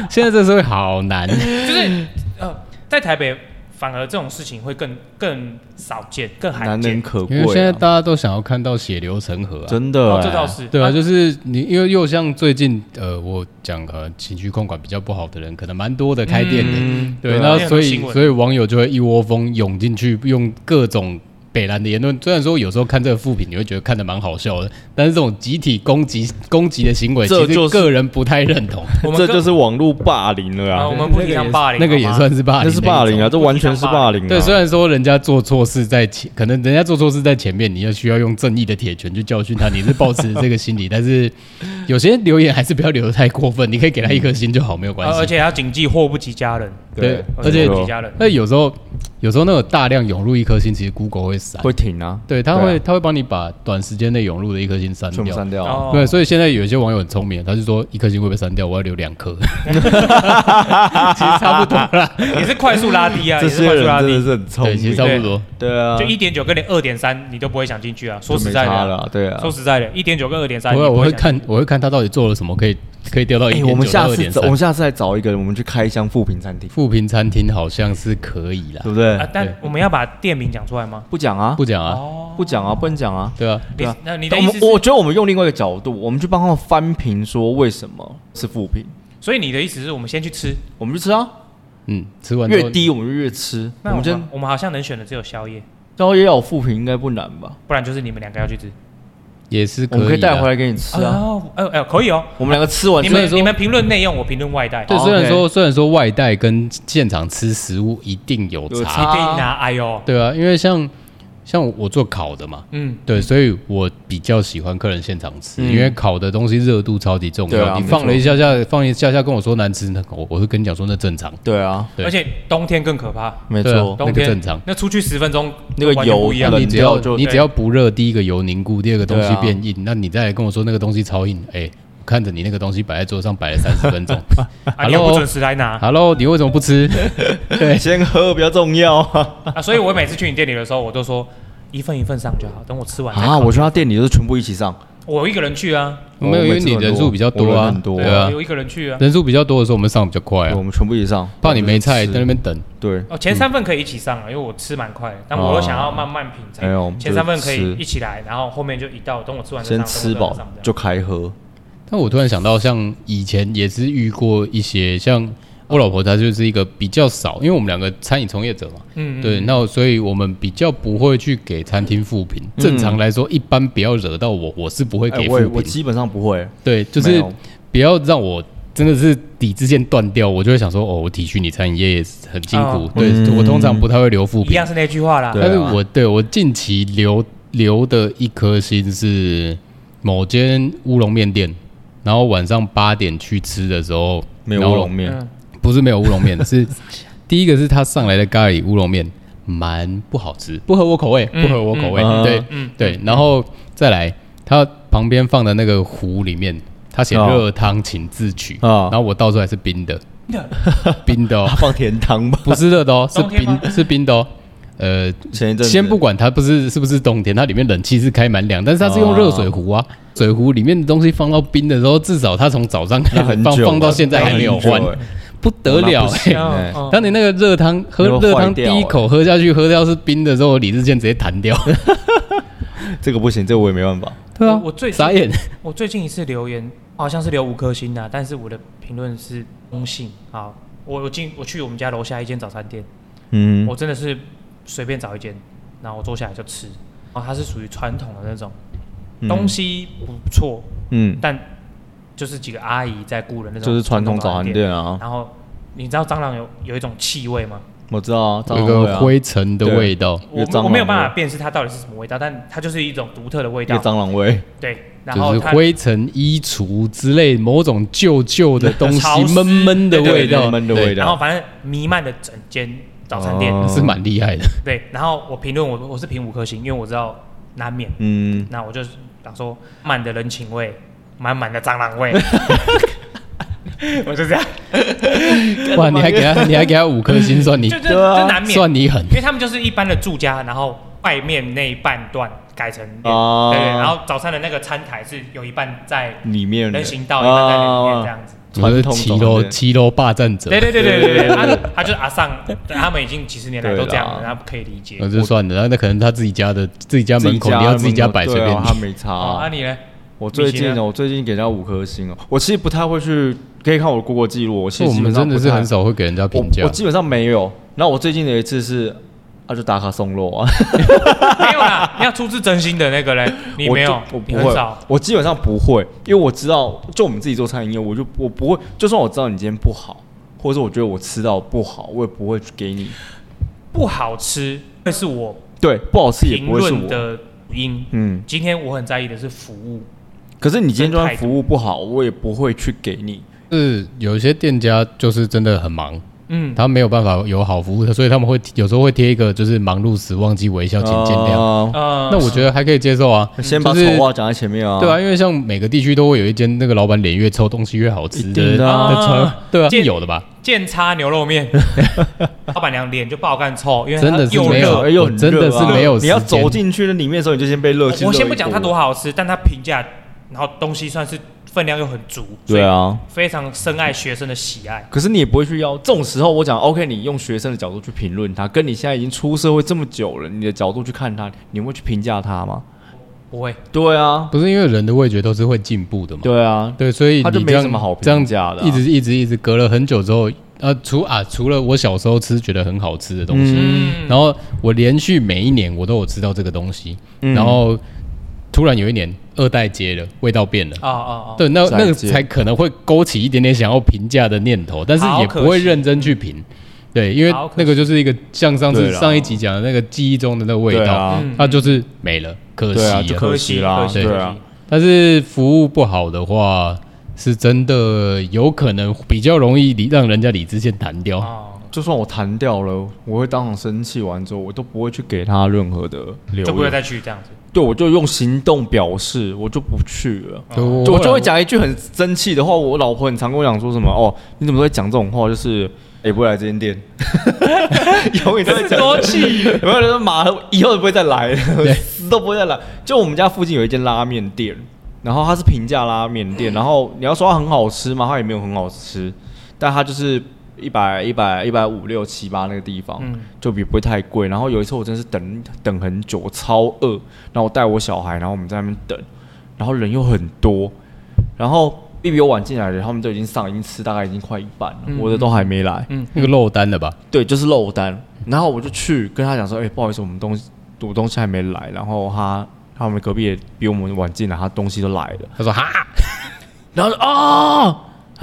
Speaker 2: 现在这社会好难，
Speaker 1: 就是呃，在台北反而这种事情会更更少见，更罕
Speaker 3: 难
Speaker 1: 见
Speaker 3: 能。可
Speaker 2: 因
Speaker 3: 贵
Speaker 2: 为
Speaker 3: 啊。
Speaker 2: 现在大家都想要看到血流成河啊。
Speaker 3: 真的
Speaker 1: 哦
Speaker 3: 欸，，
Speaker 1: 这倒是
Speaker 2: 对啊，就是你，因为又像最近，呃，我讲呃，情绪控管比较不好的人，可能蛮多的开店的，
Speaker 3: 嗯
Speaker 2: 对，
Speaker 3: 对啊
Speaker 1: 因
Speaker 2: 那
Speaker 1: 为
Speaker 2: 所
Speaker 1: 很多
Speaker 2: 以
Speaker 1: 新闻
Speaker 2: 所以网友就会一窝蜂涌进去，用各种北兰的言论。虽然说有时候看这个副评，你会觉得看的蛮好笑的，但是这种集体攻击攻击的行为，
Speaker 3: 这
Speaker 2: 其
Speaker 3: 就
Speaker 2: 实
Speaker 3: 是
Speaker 2: 个人不太认同。
Speaker 1: 我们
Speaker 3: 这
Speaker 1: 更
Speaker 3: 就是网络霸凌了
Speaker 1: 啊，
Speaker 3: 啊
Speaker 1: 我！们不提倡霸凌，
Speaker 2: 那个也
Speaker 1: 好吗
Speaker 2: 算是霸凌，
Speaker 3: 这是霸凌啊，。这完全是霸凌啊。
Speaker 2: 对，虽然说人家做错事在前，可能人家做错事在前面，你要需要用正义的铁拳去教训他，你是抱持这个心理，但是有些留言还是不要留的太过分，你可以给他一颗心就好，没有关
Speaker 1: 呃
Speaker 2: 系
Speaker 1: 而。且要谨记祸不及家人，哦
Speaker 2: 对
Speaker 1: 祸
Speaker 2: 而且
Speaker 1: 不及家人。
Speaker 2: 那有时候，有时候那种大量涌入一颗星，其实 Google 会删，
Speaker 3: 会停啊，
Speaker 2: 对，他
Speaker 3: 对啊
Speaker 2: 会他会帮你把短时间内涌入的一颗星删
Speaker 3: 全部
Speaker 2: 掉。
Speaker 3: 删掉啊。
Speaker 1: 哦
Speaker 2: 对，所以现在有一些网友很聪明，他就说一颗星会被删掉，我要留两颗， 其实差不多 啦，
Speaker 1: 也是快速拉低啊，
Speaker 3: 这
Speaker 1: 也是
Speaker 3: 些
Speaker 1: 快
Speaker 3: 人
Speaker 1: 速拉
Speaker 3: 真的
Speaker 1: 低，
Speaker 3: 是很聪
Speaker 2: 对，其实
Speaker 3: 明
Speaker 2: 差，不多。
Speaker 3: 对啊，
Speaker 1: 就一点九跟你二点三，你都不会想进去啊。说
Speaker 3: 就
Speaker 1: 实
Speaker 3: 没
Speaker 1: 在的
Speaker 3: 差
Speaker 1: 啊，
Speaker 3: 了啊，对啊
Speaker 1: 说。实在的，一点九跟二点三，
Speaker 2: 不
Speaker 1: 你
Speaker 2: 会，我会
Speaker 1: 想
Speaker 2: 看，我会看他到底做了什么，可以可以掉到一
Speaker 3: 哎，
Speaker 2: 点
Speaker 3: 我们
Speaker 2: 九
Speaker 3: 下
Speaker 2: 到二
Speaker 3: 次
Speaker 2: 点
Speaker 3: 找我
Speaker 2: 三
Speaker 3: 们。下次再找一个人，我们去开箱富平餐厅，
Speaker 2: 富平餐厅好像是可以啦
Speaker 3: 对，不对
Speaker 1: 啊。？但我们要把店名讲出来吗？
Speaker 3: 不讲啊，
Speaker 2: 不讲啊，
Speaker 1: 哦，
Speaker 3: 不讲啊，不能讲啊。
Speaker 2: 对啊，
Speaker 1: 你
Speaker 3: 对啊
Speaker 1: 那你的
Speaker 3: 我
Speaker 1: 意思
Speaker 3: 们
Speaker 1: 是，
Speaker 3: 我觉得我们用另外一个角度，我们去帮他们翻评，说为什么是负评，
Speaker 1: 所以你的意思是我们先去吃？
Speaker 3: 我们就吃啊，
Speaker 2: 嗯，吃完之后
Speaker 3: 越低我们就越吃。
Speaker 1: 那
Speaker 3: 我
Speaker 1: 我
Speaker 3: 们先
Speaker 1: 们我们好像能选的只有宵夜，
Speaker 3: 宵夜要有负评，应该不难吧？
Speaker 1: 不然就是你们两个要去吃。
Speaker 2: 也是
Speaker 3: 我们可
Speaker 2: 可啊
Speaker 3: 以带回
Speaker 2: 来。
Speaker 3: 来给你吃啊。
Speaker 1: 哦，哎哎，可以哦。
Speaker 3: 我们两个吃完
Speaker 1: 你
Speaker 3: 之后
Speaker 1: 们你们评论内用，我评论外带。
Speaker 2: 对，
Speaker 3: 哦
Speaker 2: 虽然
Speaker 3: OK
Speaker 2: 说虽然说外带跟现场吃食物一定有
Speaker 3: 有
Speaker 2: 差，
Speaker 3: 差
Speaker 1: 一定啊！哎呦，
Speaker 2: 对啊，因为像像我做烤的嘛，
Speaker 1: 嗯，
Speaker 2: 对，所以我比较喜欢客人现场吃，
Speaker 3: 嗯
Speaker 2: 因为烤的东西热度超级重
Speaker 3: 对
Speaker 2: 要。
Speaker 3: 啊
Speaker 2: 你
Speaker 3: 没
Speaker 2: 放了
Speaker 3: 错
Speaker 2: 一下下，放一下下跟我说难吃，那我我会跟你讲说那正常，
Speaker 3: 对啊，
Speaker 2: 对
Speaker 1: 而且冬天更可怕，
Speaker 3: 没
Speaker 2: 对啊
Speaker 3: 错，
Speaker 1: 冬
Speaker 2: 那个
Speaker 1: 天
Speaker 2: 正常。
Speaker 1: 那出去十分钟，
Speaker 3: 那个
Speaker 1: 完全
Speaker 3: 油
Speaker 1: 不一样
Speaker 3: 冷
Speaker 2: 你只要
Speaker 3: 掉就哎
Speaker 2: 你
Speaker 1: 对
Speaker 2: 只要不热，第一个油凝固，第二个东
Speaker 3: 对
Speaker 2: 西
Speaker 3: 啊
Speaker 2: 变硬，那你再来跟我说那个东西超硬，哎、看着你那个东西摆在桌上摆了三十分 钟
Speaker 1: 啊，你又不准
Speaker 2: ，Hello。
Speaker 1: 时来拿
Speaker 2: Hello，你为什么不吃？对，
Speaker 3: 先喝比较重要啊！
Speaker 1: 啊，所以我每次去你店里的时候，我都说一份一份上就好，等我吃完再
Speaker 3: 啊，
Speaker 1: 烤
Speaker 3: 我去他店里就是全部一起上，
Speaker 1: 我一个人去啊，
Speaker 3: 哦
Speaker 2: 没有，因为你人数比较多
Speaker 3: 我
Speaker 2: 啊，
Speaker 3: 人很多
Speaker 2: 对
Speaker 1: 对啊，
Speaker 2: 啊，
Speaker 1: 有一个人去啊，
Speaker 2: 人数比较多的时候，我们上比较快
Speaker 3: 对我
Speaker 2: 啊，
Speaker 3: 们全部一起上，
Speaker 2: 怕你没菜
Speaker 3: 我
Speaker 2: 在那
Speaker 3: 们就
Speaker 2: 边等。
Speaker 3: 吃对，
Speaker 1: 哦，前三份可以一起上啊，因为我吃蛮快的，但我又想要慢慢品
Speaker 3: 没有我们
Speaker 1: 尝，
Speaker 3: 就
Speaker 1: 前三份可以
Speaker 3: 吃
Speaker 1: 一起来，然后后面就一道，等我吃完再
Speaker 3: 先
Speaker 1: 上，
Speaker 3: 吃
Speaker 1: 等我
Speaker 3: 饱
Speaker 1: 吃完再上这
Speaker 3: 就
Speaker 1: 样
Speaker 3: 开喝，
Speaker 2: 但我突然想到，像以前也是遇过一些，像我老婆她就是一个比较少，因为我们两个餐饮从业者嘛，
Speaker 1: 嗯，嗯
Speaker 2: 对，那所以我们比较不会去给餐厅负评。正常来说，一般不要惹到我，我是不会
Speaker 3: 嗯哎
Speaker 2: 给负
Speaker 3: 我也我
Speaker 2: 评。
Speaker 3: 基本上不会，
Speaker 2: 对，就
Speaker 3: 没
Speaker 2: 是
Speaker 3: 有
Speaker 2: 不要让我真的是底之线断掉，我就会想说，哦，我体恤你餐饮业也是很辛苦
Speaker 1: 哦。
Speaker 2: 对
Speaker 3: 嗯
Speaker 2: 我通常不太会留负
Speaker 1: 一
Speaker 2: 评
Speaker 1: 样，是那句话啦，
Speaker 3: 对
Speaker 2: 但是
Speaker 3: 啊
Speaker 2: 我对我近期留留的一颗星是某间乌龙面店，然后晚上八点去吃的时候，
Speaker 3: 没有
Speaker 2: 然
Speaker 3: 乌
Speaker 2: 后
Speaker 3: 龙面，
Speaker 1: 嗯，
Speaker 2: 不是没有乌龙面， 是第一个是他上来的咖喱乌龙面蛮不好吃，不合我口味，
Speaker 1: 嗯
Speaker 2: 不合我口味，
Speaker 3: 嗯
Speaker 2: 对、
Speaker 1: 嗯
Speaker 2: 对，然后再来他旁边放的那个壶里面，他写
Speaker 3: 哦
Speaker 2: 热汤请自取，
Speaker 3: 哦
Speaker 2: 然后我倒出来是冰的，冰的 哦，
Speaker 3: 放甜汤吧。
Speaker 2: 不是热的哦，是
Speaker 1: 冬天吗
Speaker 2: 冰是冰的哦，呃。
Speaker 3: 前一阵子
Speaker 2: 先不管它不是是不是冬天，它里面冷气是开蛮凉，但是它是用热水壶
Speaker 3: 哦
Speaker 2: 啊，水壶里面的东西放到冰的时候，至少它从早上开
Speaker 3: 那
Speaker 2: 始
Speaker 3: 很
Speaker 2: 放
Speaker 3: 久
Speaker 2: 放到
Speaker 3: 了
Speaker 2: 现在还没有换
Speaker 3: 那很久，啊哎
Speaker 2: 不得了、
Speaker 3: 哦那不
Speaker 2: 欸
Speaker 3: 行！哎
Speaker 1: 哦
Speaker 2: 当你那个热汤喝
Speaker 3: 那会
Speaker 2: 热
Speaker 3: 坏
Speaker 2: 汤第
Speaker 3: 掉
Speaker 2: 一口喝下去，喝掉是冰的时候，理智线直接弹 掉。
Speaker 3: 哎这个不行，这个我也没办法。
Speaker 2: 对啊，
Speaker 1: 我我最
Speaker 2: 傻眼。
Speaker 1: 我最近一次留言好像是留五颗星的、但是我的评论是中性。好，我我进我去我们家楼下一间早餐店，
Speaker 3: 嗯
Speaker 1: 我真的是随便找一间，然后我坐下来就吃。然后它是属于传统的那种，东，西不错，
Speaker 3: 嗯，
Speaker 1: 但就是几个阿姨在雇的那种，
Speaker 3: 就是传统早餐。店啊，
Speaker 1: 然后你知道蟑螂有有一种气味吗？
Speaker 3: 我知道啊，
Speaker 2: 有一
Speaker 3: 蟑螂味
Speaker 2: 个
Speaker 3: 啊
Speaker 2: 灰尘的味道，
Speaker 1: 我
Speaker 3: 有蟑螂
Speaker 1: 我没有办
Speaker 3: 味
Speaker 1: 法辨识它到底是什么味道，但它就是一种独特的味
Speaker 3: 一
Speaker 1: 道
Speaker 3: 个。蟑螂味，
Speaker 1: 对，然
Speaker 2: 就
Speaker 1: 后
Speaker 2: 是
Speaker 1: 它
Speaker 2: 灰尘、衣橱之类某种旧旧的东
Speaker 1: 潮
Speaker 2: 西，
Speaker 1: 湿
Speaker 2: 闷闷的
Speaker 1: 对
Speaker 2: 味道，
Speaker 3: 对闷的
Speaker 2: 对
Speaker 3: 味道
Speaker 1: 然后反正弥漫了整间早餐店。
Speaker 3: 哦
Speaker 2: 是蛮厉 害的。
Speaker 1: 对，然后我评论我我是评五颗星，因为我知道难免。
Speaker 3: 嗯，
Speaker 1: 那我就想说，满的人情味，满满的蟑螂 味。我就这样，
Speaker 2: 哇，你还给他，你还给他五颗星， 算你
Speaker 1: 就就
Speaker 3: 对啊
Speaker 1: 就难免，
Speaker 2: 算你狠。
Speaker 1: 因为他们就是一般的住家，然后外面那一半段改成脸
Speaker 3: 哦嗯
Speaker 1: 对，然后早餐的那个餐台是有一半在
Speaker 3: 里面
Speaker 1: 人行道，一半在里面这
Speaker 3: 啊
Speaker 1: 样子。
Speaker 2: 我
Speaker 3: 传
Speaker 2: 是
Speaker 3: 统
Speaker 2: 七
Speaker 3: 早餐
Speaker 2: 楼
Speaker 3: 店
Speaker 2: 七楼霸占者
Speaker 1: 对，对对对对
Speaker 3: 对
Speaker 1: 对，他他就是阿尚，对他们已经几十年来都这样了，
Speaker 3: 对啦嗯
Speaker 1: 然后可以理解。
Speaker 2: 那就算了。然后那可能他自己家的自己家门口，你要自己家摆随
Speaker 3: 对
Speaker 2: 便
Speaker 3: 啊
Speaker 2: 你
Speaker 3: 他。没差
Speaker 1: 哦，
Speaker 3: 啊
Speaker 1: 那。你呢？
Speaker 3: 我最近
Speaker 1: 米其林
Speaker 3: 哦，我最近给人家五颗星哦。我其实不太会去，可以看我的 Google 记录，我其
Speaker 2: 我
Speaker 3: 实基
Speaker 2: 们
Speaker 3: 本上
Speaker 2: 真的是
Speaker 3: 不太
Speaker 2: 很少会给人家
Speaker 3: 我
Speaker 2: 评价
Speaker 3: 我。基本上没有。然后我最近的一次是，啊，就打卡送肉啊，
Speaker 1: 没有啦，你要出自真心的那个 嘞， 你
Speaker 3: 我
Speaker 1: 没
Speaker 3: 就
Speaker 1: 有，
Speaker 3: 我
Speaker 1: 你
Speaker 3: 不
Speaker 1: 很
Speaker 3: 会
Speaker 1: 少。，
Speaker 3: 我基本上不会，因为我知道，就我们自己做餐饮业，我就我不会，就算我知道你今天不好，或者是我觉得我吃到不好，我也不会去给你，
Speaker 1: 不好吃，会是我
Speaker 3: 对，不好吃也
Speaker 1: 评
Speaker 3: 不会是
Speaker 1: 论
Speaker 3: 我，
Speaker 1: 的因。
Speaker 3: 嗯。
Speaker 1: 今天我很在意的是服务，
Speaker 3: 可是你今天就算
Speaker 1: 态度
Speaker 3: 服务不好，我也不会去给你，
Speaker 2: 是有一些店家就是真的很忙，
Speaker 1: 嗯，
Speaker 2: 他没有办法有好服务的，所以他们会有时候会贴一个就是忙碌时忘记微笑，请见谅。
Speaker 3: 啊
Speaker 1: 呃
Speaker 2: 那我觉得还可以接受啊，
Speaker 3: 呃先把
Speaker 2: 就是
Speaker 3: 丑话讲在前面啊，
Speaker 2: 对啊，因为像每个地区都会有一间那个老板脸越臭，东西越好吃
Speaker 3: 一定的啊
Speaker 2: 那传对啊，
Speaker 1: 见
Speaker 2: 是有的吧？
Speaker 1: 剑叉牛肉 面，老板娘脸就爆干臭，因为
Speaker 2: 真的
Speaker 1: 她
Speaker 2: 是
Speaker 1: 又
Speaker 2: 没有
Speaker 1: 热。
Speaker 3: 哎又很
Speaker 2: 我真的
Speaker 3: 热啊
Speaker 2: 是没有
Speaker 3: 你要
Speaker 2: 时间
Speaker 3: 走进去那里面的时候，你就先被热气。
Speaker 1: 我先不讲它
Speaker 3: 他
Speaker 1: 多，好吃，但它评价，然后东西算是分量又很足，
Speaker 3: 对，啊，
Speaker 1: 非常深爱学生的喜爱。
Speaker 3: 可是你也不会去要。这种时候，我讲 OK，你用学生的角度去评论他，跟你现在已经出社会这么久了，你的角度去看他，你会去评价他吗？
Speaker 1: 不会，
Speaker 3: 对啊，
Speaker 2: 不是因为人的味觉都是会进步的嘛？
Speaker 3: 对啊，
Speaker 2: 对，所以
Speaker 3: 他就
Speaker 2: 你
Speaker 3: 没
Speaker 2: 这样
Speaker 3: 什么好
Speaker 2: 这样
Speaker 3: 评价的啊
Speaker 2: 一直一直一直隔了很久之后，呃，除啊除了我小时候吃觉得很好吃的东西，
Speaker 1: 嗯
Speaker 2: 然后我连续每一年我都有吃到这个东西，
Speaker 3: 嗯
Speaker 2: 然后突然有一年二代接了，味道变了。
Speaker 1: 哦哦哦，
Speaker 2: 对，那
Speaker 3: 再
Speaker 2: 那个
Speaker 3: 见
Speaker 2: 才可能会勾起一点点想要评价的念头，但是
Speaker 1: 好
Speaker 2: 也
Speaker 1: 可
Speaker 2: 不会
Speaker 1: 惜
Speaker 2: 认真去评。对，因为
Speaker 1: 好可
Speaker 2: 那个就是一个像上
Speaker 3: 对
Speaker 2: 次
Speaker 3: 啦
Speaker 2: 上一集讲的那个记忆中的那个味
Speaker 3: 对
Speaker 2: 道，
Speaker 3: 啊，
Speaker 1: 嗯
Speaker 2: 它就是没了，可惜
Speaker 3: 对啊，
Speaker 2: 了。
Speaker 3: 就可惜啦，
Speaker 1: 可惜
Speaker 2: 对
Speaker 3: 对啊，
Speaker 2: 但是服务不好的话，是真的有可能比较容易理让人家理智线弹掉。
Speaker 1: 哦，
Speaker 3: 就算我弹掉了，我会当场生气完之后，我都不会去给他任何的留
Speaker 1: 就不会
Speaker 3: 言。
Speaker 1: 再去这样子。
Speaker 3: 对，我就用行动表示，我就不去了。
Speaker 2: 就
Speaker 1: 哦
Speaker 2: 我
Speaker 3: 就我就会讲一句很生气的话，我老婆很常跟我讲说什么哦，你怎么会讲这种话？就是也、不会来这间 店，永远都在讲
Speaker 1: 多气，
Speaker 3: 有没有人说妈的，以后都不会再来了，死都不会再来？就我们家附近有一间拉面店，然后它是平价拉面店，然后你要说它很好吃嘛，它也没有很好吃，但它就是一百一百一百五六七八那个地方，
Speaker 2: 哦
Speaker 1: 嗯
Speaker 3: 就比不会太贵。然后有一次我真的是等等很久，我超饿，然后我带我小孩，然后我们在那边等，然后人又很多，然后一比我晚进来的，他们都已经上，已经吃大概已经快一半了，
Speaker 1: 嗯
Speaker 3: 我的都还没来。
Speaker 2: 那个漏单了吧？
Speaker 3: 对，就是漏单。然后我就去跟他讲说，哎、不好意思，我们东西我东西还没来。然后他他们隔壁也比我们晚进来，他东西都来了。
Speaker 2: 他说哈，
Speaker 3: 然后就哦，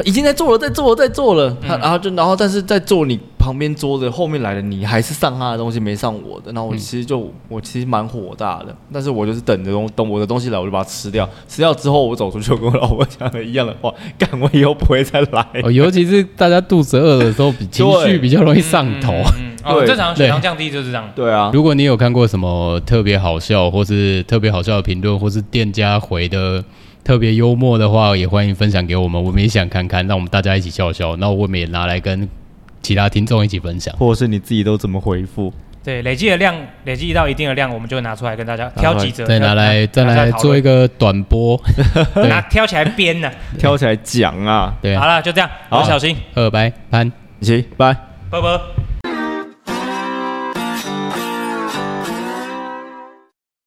Speaker 3: 已经在做了，在做了，在做了。他、然后就然后但是在做你旁边桌子后面来的你还是上他的东西没上我的。然后我其实就、我其实蛮火大的，但是我就是等着东等我的东西来，我就把它吃掉。吃掉之后我走出去，我跟我老婆讲了一样的话，干我以后不会再来。
Speaker 2: 哦，尤其是大家肚子饿的时候，比情绪比较容易上头。
Speaker 1: 嗯，嗯哦，
Speaker 3: 对
Speaker 1: 正常血糖
Speaker 2: 对
Speaker 1: 降低就是这样。
Speaker 3: 对啊，
Speaker 2: 如果你有看过什么特别好笑，或是特别好笑的评论，或是店家回的特别幽默的话，也欢迎分享给我们，我们也想看看，让我们大家一起笑笑。那我们也拿来跟其他听众一起分享。
Speaker 3: 或者是你自己都怎么回复？
Speaker 1: 对，累积的量累积到一定的量，我们就会拿出来跟大家挑几折，
Speaker 2: 再拿来再来做一
Speaker 1: 个
Speaker 2: 个短波，对
Speaker 1: 拿挑起来编呢。
Speaker 3: 挑起来讲啊，
Speaker 2: 对
Speaker 1: 好
Speaker 2: 啊，
Speaker 1: 了，就这样，
Speaker 3: 好
Speaker 1: 我是小新，
Speaker 2: 二白潘。
Speaker 3: 行，拜。
Speaker 1: 拜拜。